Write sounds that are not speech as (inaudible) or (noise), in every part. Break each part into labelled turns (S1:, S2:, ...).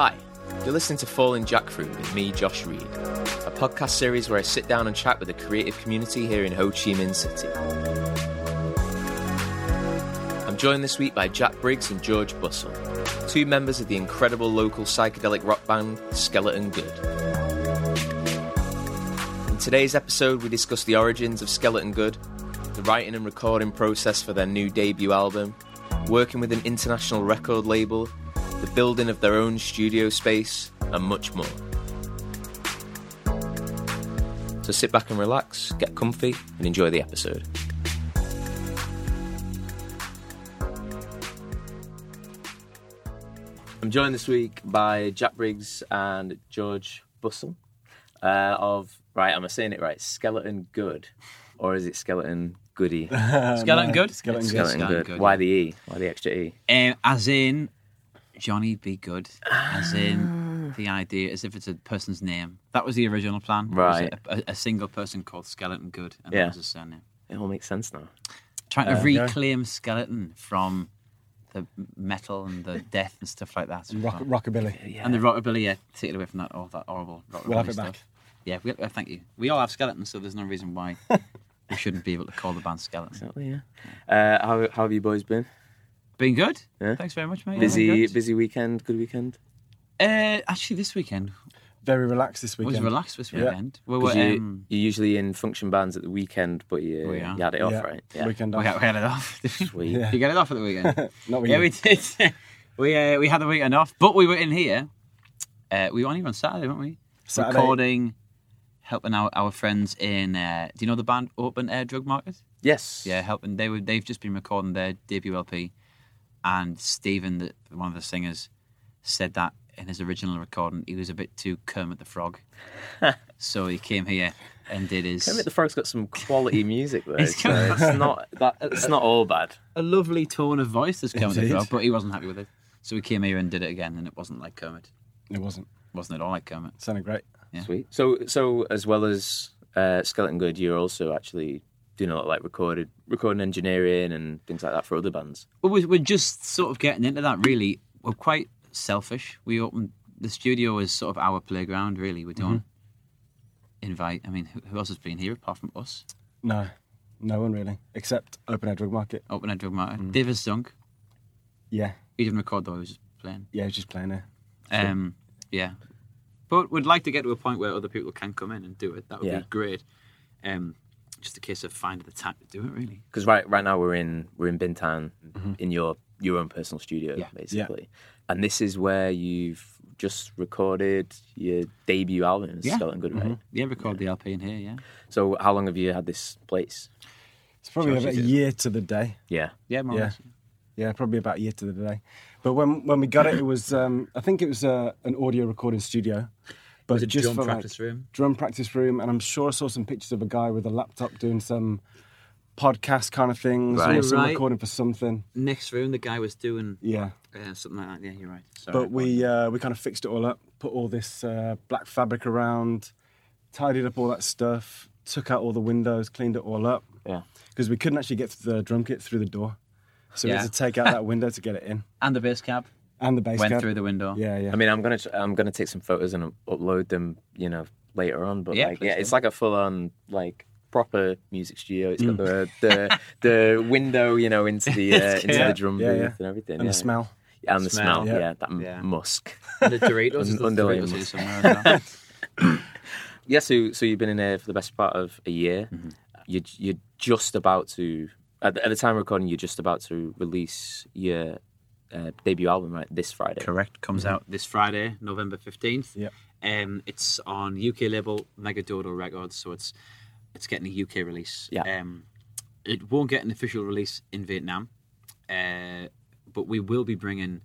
S1: You're listening to Fallen Jackfruit with me, Josh Reed, a podcast series where I sit down and chat with the creative community here in Ho Chi Minh City. I'm joined this week by Jack Briggs and George Bustle, two members of the incredible local psychedelic rock band Skeleton Good. In today's episode, we discuss the origins of Skeleton Good, the writing and recording process for their new debut album, working with an international record label, the building of their own studio space, and much more. So sit back and relax, get comfy, and enjoy the episode. I'm joined this week by Jack Briggs and George Bustle uh, of, right, am I saying it right? Skeleton Good. Or is it Skeleton Goody?
S2: (laughs) Skeleton good?
S3: Skeleton good.
S1: Skeleton Good.
S2: Good,
S1: Why
S2: yeah.
S1: the E? Why the extra E?
S2: Um, as in, Johnny be good. As in, the idea as if it's a person's name. That was the original plan. It was
S1: Right.
S2: A, a, a single person called Skeleton Good, and
S1: Yeah.
S2: that was his surname.
S1: It all makes sense now.
S2: Trying to
S3: yeah.
S2: reclaim Skeleton from the metal and the death and stuff like that.
S3: Rock, rockabilly.
S1: Yeah.
S2: And the rockabilly, yeah, take it away from that, all that horrible rockabilly
S3: We'll have it
S2: stuff.
S3: back.
S2: Yeah, we, uh, thank you. We all have skeletons, so there's no reason why we shouldn't be able to call the band Skeleton.
S1: Exactly, yeah. Uh, how, how have you boys been?
S2: Been good.
S1: Yeah.
S2: Thanks very much, mate.
S1: Busy,
S2: Good.
S1: busy weekend. Good weekend.
S2: Uh, actually, this weekend
S3: Very relaxed this
S2: was
S3: weekend.
S2: relaxed this
S3: Yeah.
S2: weekend. We were,
S1: 'Cause you,
S2: um,
S1: you're usually in function bands at the weekend, but you,
S2: Oh, yeah.
S1: you had it off, right?
S3: Weekend
S2: we,
S3: off.
S2: had, we had it off.
S1: (laughs)
S2: didn't we?
S1: Sweet.
S3: Yeah.
S2: Did you get it off at the weekend?
S3: Not with
S2: yeah,
S3: you.
S2: we did. (laughs) we uh, we had the weekend off, but we were in here. Uh, we weren't even on Saturday, weren't we?
S3: Saturday.
S2: Recording, helping our, our friends in. Uh, do you know the band Open Air Drug Market?
S1: Yes.
S2: Yeah, helping. They were they've just been recording their debut LP, and Stephen, the, one of the singers, said that in his original recording he was a bit too Kermit the (laughs) Frog, so he came here and did his
S1: Kermit the Frog's got some quality music though.
S2: It's
S1: so
S2: got-
S1: it's not that. It's not all bad.
S2: a lovely tone of voice. This Kermit the
S3: Indeed.
S2: Frog, but he wasn't happy with it, so he came here and did it again, and it wasn't like Kermit.
S3: It wasn't.
S2: Wasn't at all like Kermit.
S3: Sounded great.
S2: Yeah.
S1: Sweet. So, so as well as uh, Skeleton Good, you're also actually doing a lot of, like recorded recording engineering and things like that for other bands.
S2: Well, we're, we're just sort of getting into that, really. We're quite selfish. We open the studio is sort of our playground, really. We don't invite. I mean, who, who else has been here apart from us?
S3: No, no one really, except Open Air Drug Market.
S2: Open Air Drug Matter.
S3: Mm.
S2: Dave has sunk.
S3: Yeah,
S2: He didn't record though. He was just playing.
S3: yeah, he was just playing there.
S2: Um, yeah, but we'd like to get to a point where other people can come in and do it. That would
S1: Yeah.
S2: be great. Um, just a case of finding the time to do it, really.
S1: Because right, right now we're in we're in Bintan in your your own personal studio,
S2: Mm-hmm. Yeah.
S1: basically. And this is where you've just recorded your debut album,
S2: Yeah. Mm-hmm.
S1: Skeleton Good, right?
S2: Yeah, record the LP in here. Yeah,
S1: So how long have you had this place?
S3: It's probably
S1: Josh,
S3: about
S1: is
S3: a
S1: it?
S3: year to the day.
S1: Yeah.
S2: yeah, more or
S3: Yeah.
S2: less.
S3: Yeah, probably about a year to the day. But when when we got it, it was um, I think it was uh, an audio recording studio. But
S2: was a
S3: just
S2: drum
S3: for, like,
S2: practice room.
S3: Drum practice room, and I'm sure I saw some pictures of a guy with a laptop doing some podcast kind of things,
S1: Right.
S3: or some
S2: Right.
S3: recording for something.
S2: Next room, the guy was doing
S3: Yeah.
S2: uh, something like that. Yeah, you're right. Sorry,
S3: but we uh, we kind of fixed it all up, put all this uh, black fabric around, tidied up all that stuff, took out all the windows, cleaned it all up
S1: Yeah.
S3: because we couldn't actually get the drum kit through the door, so we
S2: Yeah.
S3: had to take out
S2: (laughs)
S3: that window to get it in,
S2: and the bass cab
S3: and the uh, bass
S2: went
S3: cab.
S2: through the window.
S3: Yeah, yeah.
S1: I mean, I'm gonna tr- I'm gonna take some photos and upload them, you know, later on. But
S2: Yeah,
S1: like,
S2: please
S1: yeah,
S2: do.
S1: it's like a full on like proper music studio. It's got
S3: Mm.
S1: the, the the
S3: (laughs)
S1: window, you know, into the uh, into
S3: Yeah.
S1: the drum
S3: Yeah,
S1: booth
S3: yeah.
S1: and everything,
S3: and
S1: yeah.
S3: the smell.
S1: and the smell,
S2: Smell.
S1: yeah,
S3: Yeah.
S1: that m-
S2: Yeah.
S1: musk.
S2: And the
S3: (laughs)
S2: Doritos. is the
S1: Underlying.
S2: Doritos here somewhere as well.
S1: Yeah, so so you've been in there for the best part of a year.
S3: Mm-hmm.
S1: You're you're just about to at the, at the time of recording. You're just about to release your uh, debut album right this Friday.
S2: Correct. Comes out this Friday, November fifteenth.
S3: Yep.
S2: Um, it's on UK label Megadodo Records, so it's it's getting a UK release.
S1: Yeah.
S2: Um, it won't get an official release in Vietnam, uh, but we will be bringing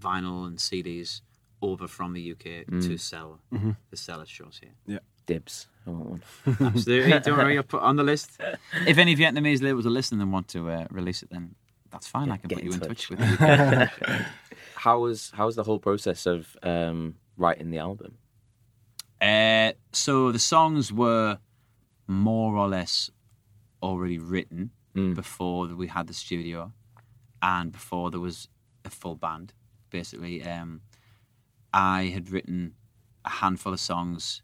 S2: vinyl and CDs over from the UK to sell to sell at shows here.
S1: Dibs. I want one.
S2: (laughs) Absolutely. Don't worry, I'll put it on the list. If any Vietnamese labels are listening and want to uh, release it, then that's fine. I can
S1: get
S2: put
S1: in
S2: you in
S1: touch.
S2: touch, with the UK.
S1: How was how was the whole process of um, writing the album?
S2: Uh, so the songs were more or less already written before we had the studio and before there was a full band. Basically, um, I had written a handful of songs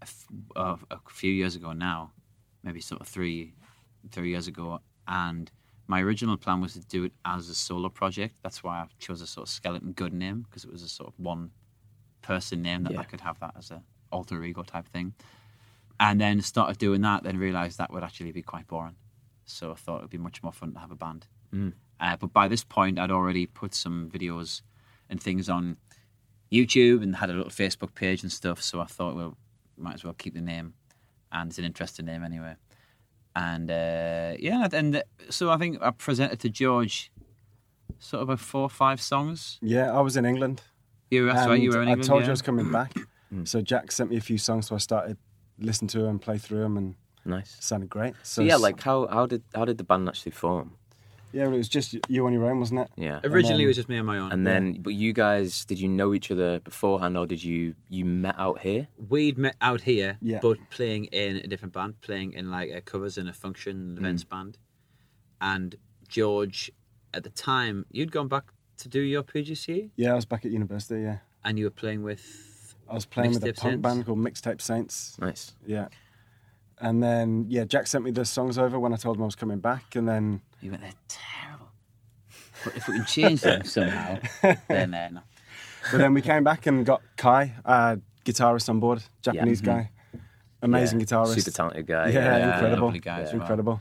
S2: a, f- of- a few years ago now, maybe sort of three, three years ago, and my original plan was to do it as a solo project. That's why I chose a sort of skeleton good name because it was a sort of one person name that
S1: Yeah.
S2: I could have that as a alter ego type thing. And then started doing that, then realised that would actually be quite boring. So I thought it would be much more fun to have a band.
S3: Mm.
S2: Uh, but by this point, I'd already put some videos and things on YouTube and had a little Facebook page and stuff. So I thought, well, might as well keep the name, and it's an interesting name anyway. And uh, yeah, and uh, so I think I presented to George sort of about four or five songs.
S3: Yeah, I was in England.
S2: You were, that's right, you
S3: and
S2: were in
S3: I
S2: England.
S3: told
S2: yeah. Hmm.
S3: you I
S2: (clears throat)
S3: was coming back. so Jack sent me a few songs, so I started listening to them, play through them, and
S1: Nice.
S3: it sounded great.
S1: So
S3: So
S1: yeah,
S3: s-
S1: like how how did how did the band actually form?
S3: yeah, well, it was just you on your own, wasn't it?
S1: Yeah.
S2: Originally,
S3: then-
S2: it was just me and my own.
S1: And then, but you guys, did you know each other beforehand, or did you you met out here?
S2: We'd met out here,
S3: Yeah.
S2: but playing in a different band, playing in like a covers and a function and events band. And George, at the time, you'd gone back to do your PGCE,
S3: Yeah, I was back at university. Yeah,
S2: and you were playing with
S3: I was playing with a
S2: Mixtape
S3: punk
S2: Saints.
S3: band called Mixtape Saints.
S1: Nice.
S3: Yeah. And then, yeah, Jack sent me the songs over when I told him I was coming back. And then,
S2: You went, they're terrible. But if we can change them (laughs) somehow, then uh, no.
S3: but then we came back and got Kai, uh, guitarist on board, Japanese guy, amazing
S1: Yeah,
S3: guitarist,
S1: Super talented guy.
S3: yeah,
S1: yeah.
S3: incredible,
S2: lovely guy as
S3: It's
S2: well.
S3: incredible.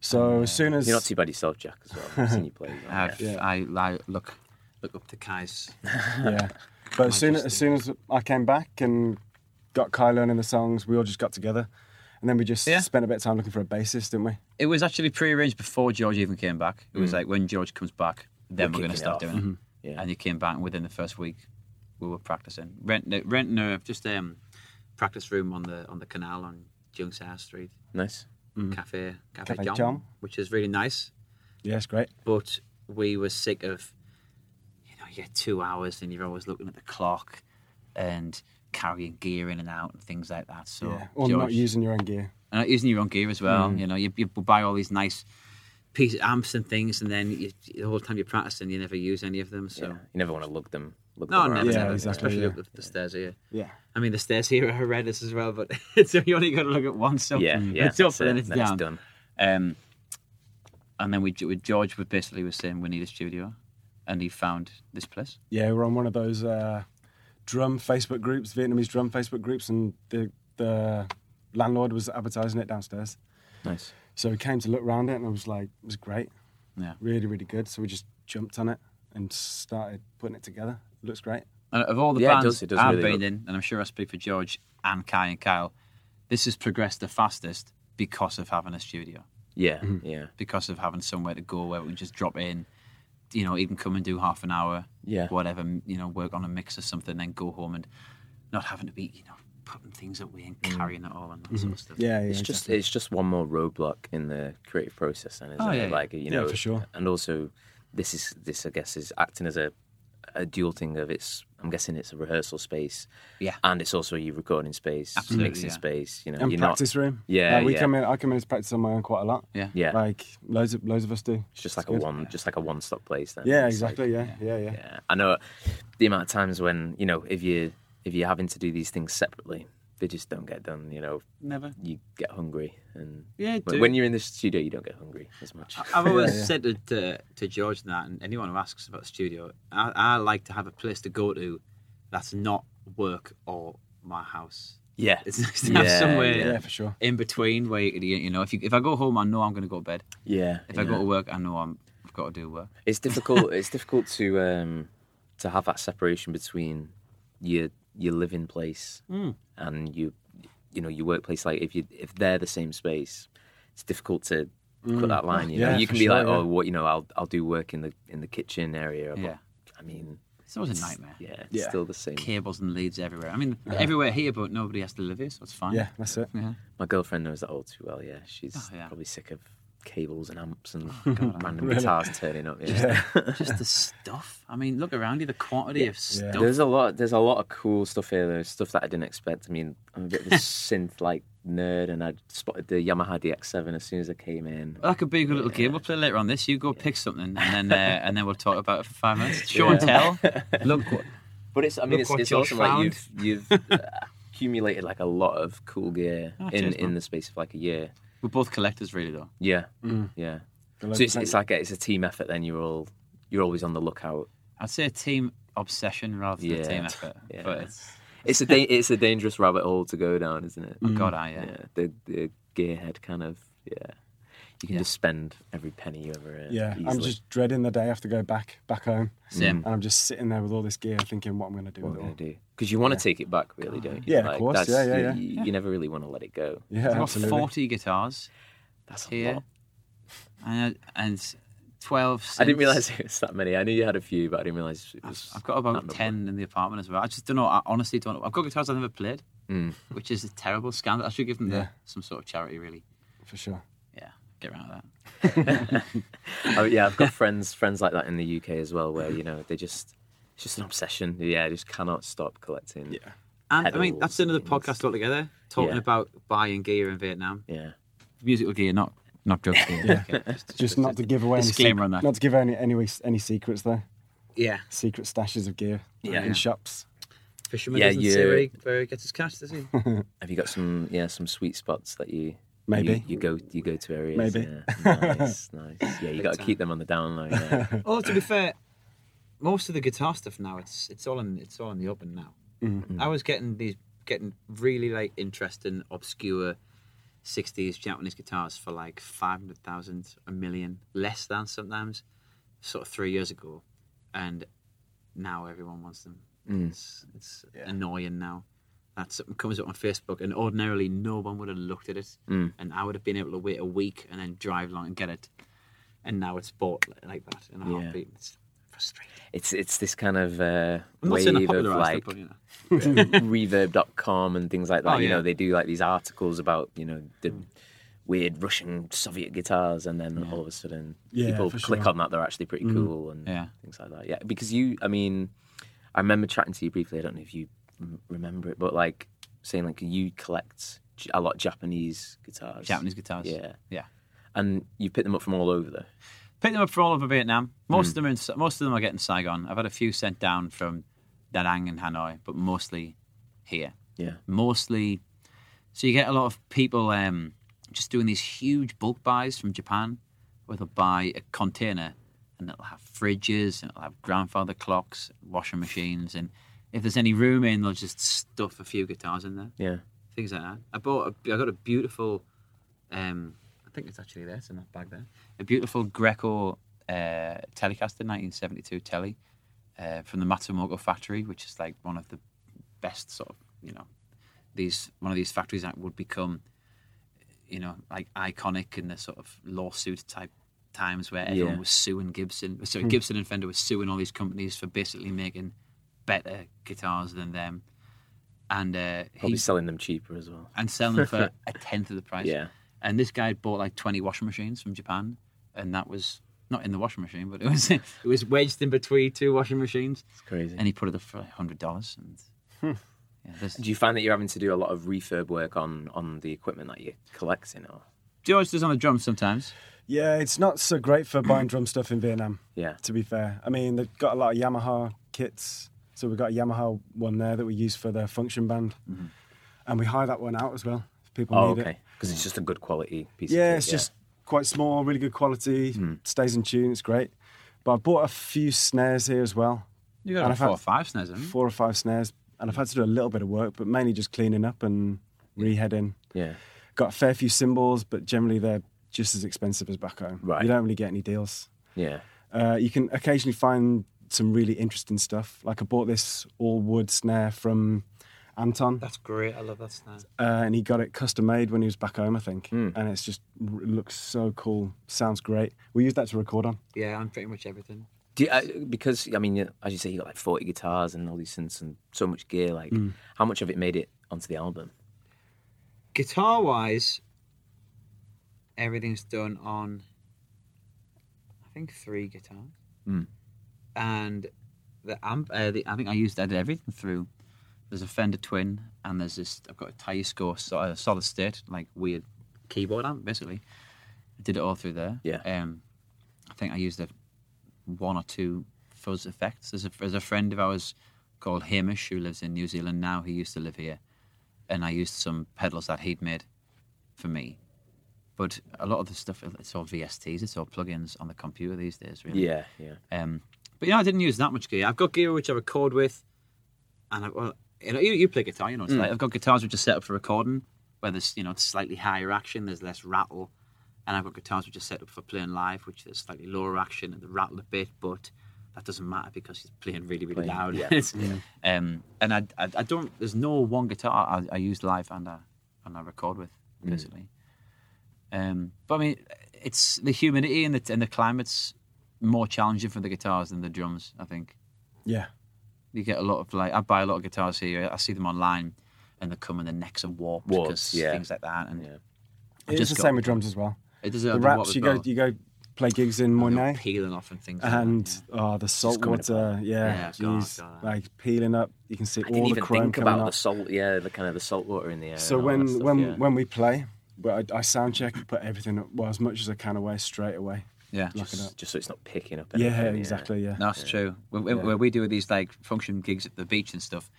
S3: So as soon as
S1: You're not too bad yourself, Jack. As well, I've seen you
S2: (laughs)
S1: play.
S2: I've,
S3: Yeah.
S2: I, I look look up to Kai's.
S3: yeah, but as soon as soon as I came back and got Kai learning the songs, we all just got together, and then we just
S2: Yeah.
S3: spent a bit of time looking for a bassist, didn't we?
S2: It was actually prearranged before George even came back. It was like when George comes back,
S1: We're
S2: then we're, going to
S1: kicking it
S2: start
S1: off.
S2: doing it.
S1: Yeah.
S2: And he came back and within the first week. We were practicing, renting, renting a just um, practice room on the on the canal on Jungsar Street,
S1: Nice.
S2: cafe cafe,
S3: Cafe
S2: John,
S3: John.
S2: which is really nice.
S3: Yeah, it's great.
S2: but we were sick of you know you get two hours and you're always looking at the clock and carrying gear in and out and things like that so
S3: Yeah. Or not
S2: Oh, George-
S3: using your own gear.
S2: and not using your own gear as well
S1: Mm.
S2: you know you, you buy all these nice piece amps and things and then you, the whole time you're practicing you never use any of them so
S1: Yeah. You never want to lug them. Lug
S2: no
S1: them around.
S2: never,
S3: Yeah,
S2: never
S3: exactly,
S2: especially
S3: yeah.
S2: up the, the stairs here
S3: Yeah,
S2: I mean the stairs here are horrendous as well but (laughs) it's you only got to look at one (laughs) so
S1: Yeah, yeah.
S2: it's up
S1: that's
S2: and then
S1: it,
S2: it's down
S1: done.
S2: um, and then we, we George was basically was saying we need a studio, and he found this place.
S3: yeah, we're on one of those uh, drum Facebook groups, Vietnamese drum Facebook groups, and the the landlord was advertising it downstairs.
S1: Nice.
S3: So we came to look around it, and I was like, it was great,
S2: Yeah,
S3: really, really good. So we just jumped on it and started putting it together. It looks great.
S2: and of all the
S1: Yeah, it
S2: bands
S1: does- it does
S2: I've
S1: really
S2: been
S1: look-
S2: in, and I'm sure I speak for George and Kai and Kyle, this has progressed the fastest because of having a studio,
S1: Yeah,
S3: Mm-hmm.
S1: yeah,
S2: because of having somewhere to go where we can just drop in, you know, even come and do half an hour,
S1: Yeah.
S2: whatever, you know, work on a mix or something, then go home and not having to be, you know, putting things away and
S1: Mm.
S2: carrying it all and
S1: Mm-hmm.
S2: that sort of stuff.
S3: Yeah, yeah.
S1: It's just it's just one more roadblock in the creative process, then, isn't
S2: Oh,
S1: it?
S2: yeah, yeah.
S1: Like you
S3: Yeah,
S1: know,
S3: for sure.
S1: And also, this is this I guess is acting as a a dual thing of it's. I'm guessing it's a rehearsal space,
S2: Yeah.
S1: and it's also your recording space,
S2: Absolutely,
S1: mixing
S2: yeah.
S1: space. You know,
S3: and
S1: you're
S3: practice
S1: not.
S3: room.
S1: Yeah,
S3: Like, we
S1: yeah.
S3: come in. I come in as practice on my own quite a lot.
S2: Yeah.
S1: Yeah,
S3: like loads of loads of us do.
S1: it's just like a
S3: good.
S1: one, just like a one stop place. Then
S3: Yeah,
S1: It's like-
S3: exactly. yeah, yeah, yeah.
S1: yeah, I know the amount of times when you know if you if you're having to do these things separately, they just don't get done. You know,
S2: Never.
S1: you get hungry, and
S2: Yeah, I
S1: when-
S2: do.
S1: when you're in the studio, you don't get hungry as much. (laughs)
S2: I've always
S3: yeah.
S2: said to, to, to George and that, and anyone who asks about the studio, I, I like to have a place to go to that's not work or my house.
S1: Yeah,
S2: It's nice to have somewhere
S1: yeah.
S3: Yeah, for sure.
S2: in between where you, could, you know, if you, if I go home, I know I'm going to go to bed.
S1: Yeah,
S2: If
S1: yeah.
S2: I go to work, I know I'm, I've got to do work.
S1: it's difficult. it's difficult to um, to have that separation between your your living place and you you know your workplace. Like if you if they're the same space, it's difficult to put that line. You know,
S3: Yeah,
S1: you
S3: for
S1: can be
S3: sure,
S1: like,
S3: yeah.
S1: oh, what you know, I'll I'll do work in the in the kitchen area. But,
S2: Yeah.
S1: I mean,
S2: It's always a nightmare.
S1: yeah, it's
S3: Yeah.
S1: still the same.
S2: Cables and leads everywhere. I mean, everywhere here, but nobody has to live here, so it's fine.
S3: Yeah, that's it.
S2: Yeah.
S1: My girlfriend knows that all too well. Yeah, she's
S2: Oh, yeah.
S1: probably sick of cables and amps and
S2: God,
S1: random
S3: Really?
S1: guitars turning up.
S3: Yeah.
S1: (laughs)
S2: Just the stuff. I mean, look around you, the quantity of
S3: Yeah.
S2: stuff.
S1: There's a lot. There's a lot of cool stuff here. There's stuff that I didn't expect. I mean, I'm a bit of a synth like nerd, and I spotted the Yamaha DX7 as soon as I came in.
S2: Well, that could be a good little game. We'll play later
S1: (laughs)
S2: on this. You go pick something, and then uh, and then we'll talk about it for five minutes. Show and tell. Look,
S1: But it's I mean
S4: Look
S1: it's,
S4: what
S1: it's
S4: you've
S1: awesome like you've you've uh, accumulated like a lot of cool gear
S2: Ah,
S1: in
S2: cheers, man.
S1: in the space of like a year.
S2: We're both collectors, really, though.
S1: Yeah, yeah.
S3: The
S1: So it's,
S3: local-
S1: it's like a, it's a team effort. Then you're all you're always on the lookout.
S2: I'd say a team obsession rather than
S1: Yeah.
S2: a team effort.
S1: Yeah.
S2: But it's,
S1: It's a da- it's a dangerous rabbit hole to go down, isn't it?
S2: oh God, I yeah.
S1: Yeah, the the gearhead kind of yeah. You can
S2: Yeah.
S1: just spend every penny you ever earn.
S3: yeah, I'm
S1: easily.
S3: just dreading the day I have to go back back home,
S2: Same.
S3: and I'm just sitting there with all this gear, thinking what I'm going to do
S1: what
S3: with
S1: we're
S3: it. all.
S1: gonna do because you want to take it back, really, don't you?
S3: Yeah, of course, yeah, yeah,
S1: you-
S3: yeah.
S1: You, you never really want to let it go.
S3: Yeah,
S2: I've got
S3: absolutely.
S2: forty guitars
S1: That's a
S2: here,
S1: lot.
S2: and, and twelve.
S1: I didn't
S2: synths.
S1: realize it was that many. I knew you had a few, but I didn't realize it was.
S2: I've got
S1: that
S2: about
S1: number.
S2: ten in the apartment as well. I just don't know. I honestly don't. know. I've got guitars I've never played,
S1: Mm.
S2: which is a terrible scandal. I should give them the-
S3: Yeah.
S2: some sort of charity, really.
S3: for sure.
S2: Yeah, get around that.
S1: (laughs) Oh, yeah, I've got friends friends like that in the UK as well, where you know they just it's just an obsession. Yeah, they just cannot stop collecting.
S3: Yeah.
S2: And I mean,
S1: Pedals,
S2: that's another
S1: things.
S2: podcast altogether. Talking
S1: Yeah.
S2: about buying gear in Vietnam,
S1: yeah.
S2: musical gear, not not drug gear. yeah.
S3: Just not to give away any
S2: disclaimer
S3: sec-
S2: on that.
S3: Not to give any any any secrets there.
S2: yeah,
S3: Secret stashes of gear
S1: Yeah.
S3: in shops.
S2: fisherman
S1: Yeah,
S2: doesn't
S1: you-
S2: see where he, where he gets his cash, does he? (laughs)
S1: Have you got some yeah some sweet spots that you
S3: Maybe.
S1: you, you go you go to areas?
S3: Maybe. (laughs)
S1: Yeah. Nice, nice. Yeah, you got to
S2: time.
S1: keep them on the down low. Yeah.
S2: Although Oh, to be fair, most of the guitar stuff now it's it's all in it's all in the open now. I was getting these getting really like interesting obscure sixties Japanese guitars for like five hundred thousand, a million, less than sometimes, sort of three years ago, and now everyone wants them. It's it's annoying now. That something comes up on Facebook, and ordinarily no one would have looked at it, and I would have been able to wait a week and then drive along and get it and now it's bought li- like that in a
S1: Yeah.
S2: heartbeat. It's frustrating.
S1: It's it's this kind of uh,
S2: I'm not saying I
S1: wave of
S2: popularised it,
S1: like
S2: but you
S1: (laughs)
S2: know.
S1: reverb.com and things like that.
S2: Oh,
S1: You know,
S2: yeah. Mm.
S1: they do like these articles about, you know, the weird Russian Soviet guitars and then all of a sudden
S3: Yeah,
S1: people
S3: for
S1: click
S3: sure. Mm.
S1: on that, they're actually pretty cool and
S2: Yeah.
S1: things like that. Yeah. Because you I mean, I remember chatting to you briefly, I don't know if you m- remember it, but like saying like you collect J- a lot of Japanese guitars.
S2: Japanese guitars.
S1: Yeah.
S2: yeah.
S1: And you pick them up from all over there.
S2: Pick them up for all over Vietnam. Most of them are in, Sa- most of them are getting Saigon. I've had a few sent down from Da Nang and Hanoi, but mostly here.
S1: Yeah.
S2: Mostly, so you get a lot of people um, just doing these huge bulk buys from Japan, where they'll buy a container and it'll have fridges and it'll have grandfather clocks, washing machines, and if there's any room in, they'll just stuff a few guitars in there.
S1: Yeah.
S2: things like that. I bought, a, I got a beautiful, um, I think it's actually there, it's in that bag there. A beautiful Greco uh, Telecaster 1972 telly uh, from the Matsumoto factory, which is like one of the best sort of, you know, these one of these factories that would become, you know, like iconic in the sort of lawsuit type times where everyone
S1: Yeah. Hmm.
S2: was suing Gibson. Sorry, Gibson and Fender were suing all these companies for basically making better guitars than them. And uh,
S1: Probably
S2: he
S1: selling them cheaper as well.
S2: and selling them (laughs) for a tenth of the price.
S1: Yeah.
S2: And this guy had bought like twenty washing machines from Japan, and that was not in the washing machine, but it was (laughs) it was wedged in between two washing machines.
S1: It's crazy.
S2: And he put it up for hundred dollars. And Hmm. yeah, this,
S1: do you find that you're having to do a lot of refurb work on on the equipment that you're collecting or
S2: George does on the drums sometimes.
S3: (laughs) Yeah, it's not so great for buying drum stuff in Vietnam.
S1: Yeah.
S3: To be fair, I mean they've got a lot of Yamaha kits, so we've got a Yamaha one there that we use for the function band, and we hire that one out as well. If people
S1: Mm-hmm. Oh,
S3: need it.
S1: okay. Because it's just a good quality piece. of
S3: Yeah,
S1: kit,
S3: it's just quite small, really good quality,
S1: Mm.
S3: stays in tune, it's great. But I bought a few snares here as well,
S2: You
S3: And
S2: got a
S3: I've
S2: four
S3: had-
S2: or five snares, haven't you?
S3: four or five snares, and I've had to do a little bit of work, but mainly just cleaning up and reheading.
S1: yeah,
S3: Got a fair few cymbals, but generally they're just as expensive as back home.
S1: Right.
S3: You don't really get any deals.
S1: yeah.
S3: Uh, you can occasionally find some really interesting stuff. Like I bought this all wood snare from Anton,
S2: That's great. I love that snare.
S3: uh, and he got it custom made when he was back home, I think. And it's just r- looks so cool, sounds great. We use that to record on.
S2: Yeah, I'm pretty much everything.
S1: Do you, uh, because I mean, you- as you say, you got like forty guitars and all these synths and so much gear. Like,
S3: Mm.
S1: how much of it made it onto the album?
S2: Guitar wise, everything's done on I think three guitars,
S1: Mm.
S2: and the amp. Uh, the, I think I used I did everything through. There's a Fender Twin, and there's this. I've got a Tysco so- uh, solid state, like weird keyboard amp, basically. I did it all through there.
S1: Yeah.
S2: Um, I think I used a one or two fuzz effects. There's a, there's a friend of ours called Hamish who lives in New Zealand now. He used to live here, and I used some pedals that he'd made for me. But a lot of the stuff it's all VSTs, it's all plugins on the computer these days, really.
S1: Yeah, yeah.
S2: Um, but yeah, I didn't use that much gear. I've got gear which I record with, and I, well, you know, you, you play guitar, you know, it's like, I've got guitars which are set up for recording, where there's you know it's slightly higher action, there's less rattle, and I've got guitars which are set up for playing live, which there's slightly lower action and the rattle a bit, but that doesn't matter because he's playing really really loud. (laughs) It's- um, and I, I I don't there's no one guitar I, I use live and I and I record with basically. Um, but I mean, it's the humidity and the and the climate's more challenging for the guitars than the drums. I think
S3: Yeah.
S2: you get a lot of like I buy a lot of guitars here. I see them online, and they come in the necks are warped
S1: Warped,
S2: because
S1: yeah.
S2: things like that. And
S1: Yeah.
S2: I've
S3: It's
S2: just
S3: the
S2: got-
S3: same with drums as well.
S2: It does
S3: The raps, you go, you go play gigs in Monet.
S2: peeling off and things. like
S3: and
S2: that, yeah.
S3: oh, the salt
S1: coming
S3: water, yeah,
S2: Yeah, God,
S3: jeez,
S2: God.
S3: like peeling up. You can see
S1: I
S3: all
S1: didn't
S3: the
S1: even
S3: chrome
S1: think
S3: coming
S1: about the
S3: up.
S1: salt. Yeah, the kind of the salt water in the air.
S3: so
S1: and all that
S3: when
S1: stuff,
S3: when
S1: yeah.
S3: when we play, well, I, I sound check and put everything up, well as much as I can away straight away.
S2: yeah,
S3: Lock it up.
S1: just so it's not picking up.
S3: Yeah,
S1: anything,
S3: exactly. Yeah,
S2: That's true. When, when- when we do these like function gigs at the beach and stuff,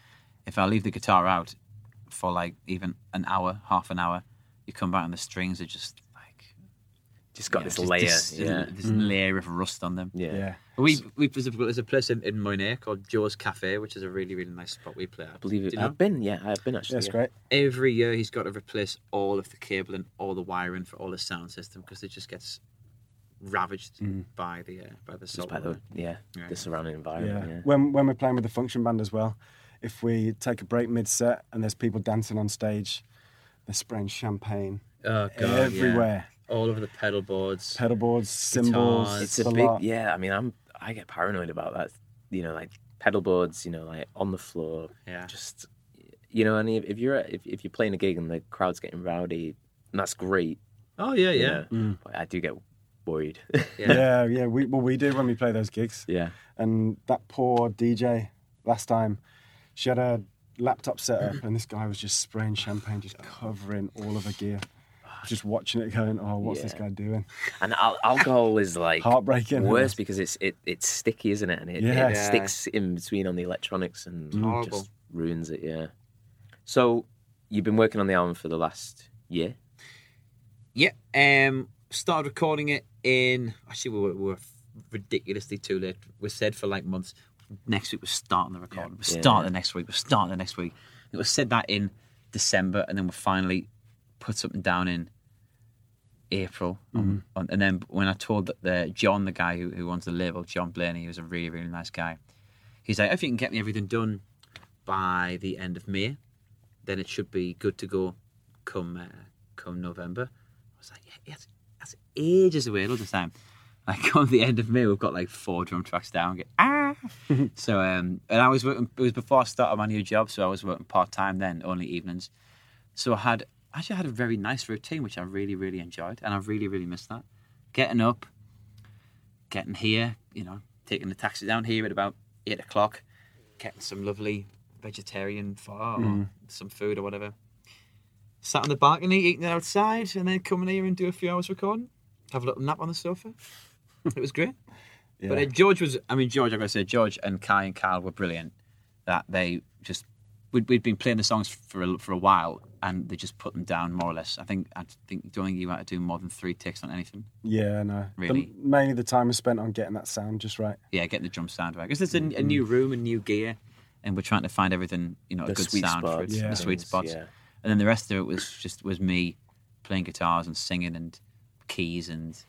S2: if I leave the guitar out for like even an hour, half an hour, you come back and the strings are just like
S1: Just got
S2: you know,
S1: this
S2: just
S1: layer.
S2: this,
S1: yeah. Mm.
S2: this layer of rust on them.
S1: yeah,
S3: yeah.
S2: We we there's a, there's a place in, in Monet called Joe's Cafe, which is a really really nice spot we play at.
S1: I believe it. Oh.
S2: Do you know?
S1: I've been. Yeah, I've been actually.
S3: That's
S1: yeah.
S3: great.
S2: Every year he's got to replace all of the cabling, all the wiring for all the sound system because it just gets ravaged by the uh, by
S1: Mm.
S2: the
S1: Just
S2: salt.
S1: by the
S2: water.
S1: yeah,
S2: Yeah.
S1: the surrounding
S3: Yeah.
S1: environment. Yeah.
S3: When when we're playing with the function band as well, if we take a break mid set and there's people dancing on stage, they're spraying champagne
S2: oh, God, yeah.
S3: everywhere.
S2: all over the pedal boards.
S3: Pedal boards, cymbals,
S2: Guitars.
S1: It's a
S3: the
S1: big.
S3: lot.
S1: Yeah, I mean, I'm. I get paranoid about that. You know, like pedal boards. You know, like on the floor.
S2: Yeah.
S1: Just. You know, and if if you're at- if, if you're playing a gig and the crowd's getting rowdy, and that's great.
S2: Oh yeah,
S1: you
S2: yeah,
S1: know, but I do get worried.
S2: yeah.
S3: Yeah, yeah. We, well, we do when we play those gigs.
S1: yeah.
S3: and that poor DJ last time, she had a laptop set up, and this guy was just spraying champagne, just covering all of her gear. Just watching it, going, "Oh, what's this
S1: Yeah.
S3: guy doing?"
S1: (laughs) And al- alcohol is like
S3: Heartbreaking.
S1: worse because it's it it's sticky, isn't it? And it,
S3: Yeah.
S1: it
S2: Yeah.
S1: sticks in between on the electronics and
S2: Horrible.
S1: just ruins it. Yeah. So you've been working on the album for the last year.
S2: Yeah. Um, started recording it in. Actually, we were, we were ridiculously too late. We said for like months. Next week we're starting the recording. We're
S1: Yeah.
S2: starting the next week. We're starting the next week. It was said that in December, and then we finally put something down in April.
S1: Mm-hmm.
S2: Um, on- and then when I told the- the John, the guy who, who owns the label, John Blaney, he was a really really nice guy. He's like, if you can get me everything done by the end of May, then it should be good to go come uh, come November. I was like, yeah, yeah, that's, that's ages away, loads of time. Like (laughs) come the end of May, we've got like four drum tracks down. Get, ah, so um, and I was working. It was before I started my new job, so I was working part time then, only evenings. So I had actually I had a very nice routine, which I really really enjoyed, and I really really missed that. Getting up, getting here, you know, taking the taxi down here at about eight o'clock, getting some lovely vegetarian pho or some food or whatever. Sat on the balcony eating outside, and then coming here and do a few hours recording. Have a little nap on the (laughs) sofa. it was great. But uh, George was, I mean, George, I've got to say, George and Kai and Carl were brilliant. That they just, we'd, we'd been playing the songs for a, for a while and they just put them down more or less. I think, I think, don't think you had to do more than three takes on anything.
S3: Yeah, no. The-
S2: Really?
S3: mainly the time was spent on getting that sound just right.
S2: Yeah, getting the drum sound right. Because it's a, a new room and new gear and we're trying to find everything, you know, a
S1: The
S2: good
S1: sweet
S2: sound for
S1: spot,
S2: it,
S3: yeah.
S2: the sweet
S1: things,
S2: spots.
S1: yeah.
S2: And then the rest of it was just, was me playing guitars and singing and keys and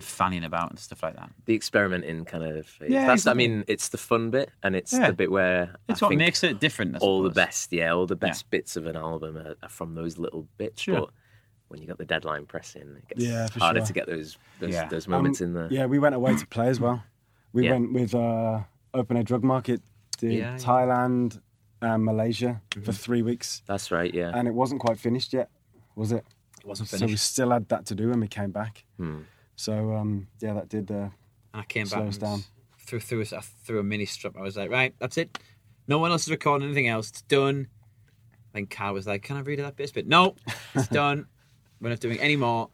S2: fanning about and stuff like that.
S1: The experimenting kind of.
S2: Yeah,
S1: that's.
S2: exactly.
S1: I mean, it's the fun bit, and it's
S2: Yeah.
S1: the bit where
S2: It's
S1: I
S2: what
S1: think
S2: makes it different. I
S1: all the
S2: suppose.
S1: best. Yeah, all the best bits of an album are, are from those little bits.
S2: Sure.
S1: But when you got the deadline pressing, it gets
S3: Yeah, for
S1: harder
S3: sure.
S1: to get those those,
S2: Yeah.
S1: those moments
S3: Um,
S1: in there.
S3: Yeah, we went away to play as well. We
S1: Yeah.
S3: went with uh, Open Air Drug Market, did
S2: Yeah, yeah.
S3: Thailand and Malaysia for three weeks,
S1: That's right. Yeah.
S3: and it wasn't quite finished yet, was it?
S2: It wasn't
S3: So we
S2: finished.
S3: still had that to do when we came back.
S1: Hmm.
S3: So um, yeah, that did. Uh,
S2: And I came back
S3: Slow us
S2: and
S3: down.
S2: through through a, through a mini strip. I was like, right, that's it. No one else is recording anything else. It's done. Then Carl was like, can I read that bit? But no,
S3: (laughs)
S2: it's done. We're not doing any more.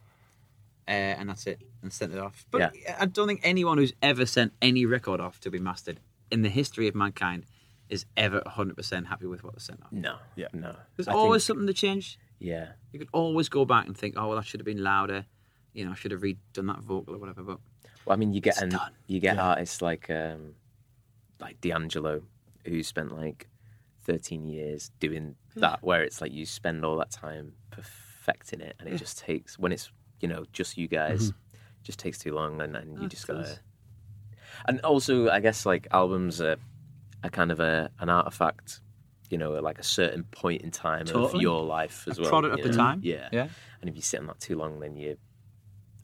S2: Uh, and that's it. And sent it off. But I don't think anyone who's ever sent any record off to be mastered in the history of mankind is ever 100% happy with what they sent out.
S1: No.
S3: Yeah.
S1: No.
S2: There's
S1: I
S2: always
S1: think-
S2: something to change.
S1: yeah.
S2: You could always go back and think, oh, well, that should have been louder. You know, I should have redone that vocal or whatever. But
S1: Well, I mean, you get
S2: It's
S1: an,
S2: done.
S1: you get artists like um, like D'Angelo, who spent like thirteen years doing
S2: Hmm.
S1: that, where it's like you spend all that time perfecting it,
S2: Mm.
S1: and it just takes when it's you know just you guys,
S2: Mm-hmm.
S1: just takes too long, and, and you
S2: it
S1: just
S2: does.
S1: gotta. And also, I guess like albums are, are kind of a an artifact, you know, at like a certain point in time of
S2: Totally.
S1: your life as well.
S2: product of
S1: you
S2: the
S1: know?
S2: time.
S1: yeah.
S2: Yeah.
S1: And if you sit on that too long, then you,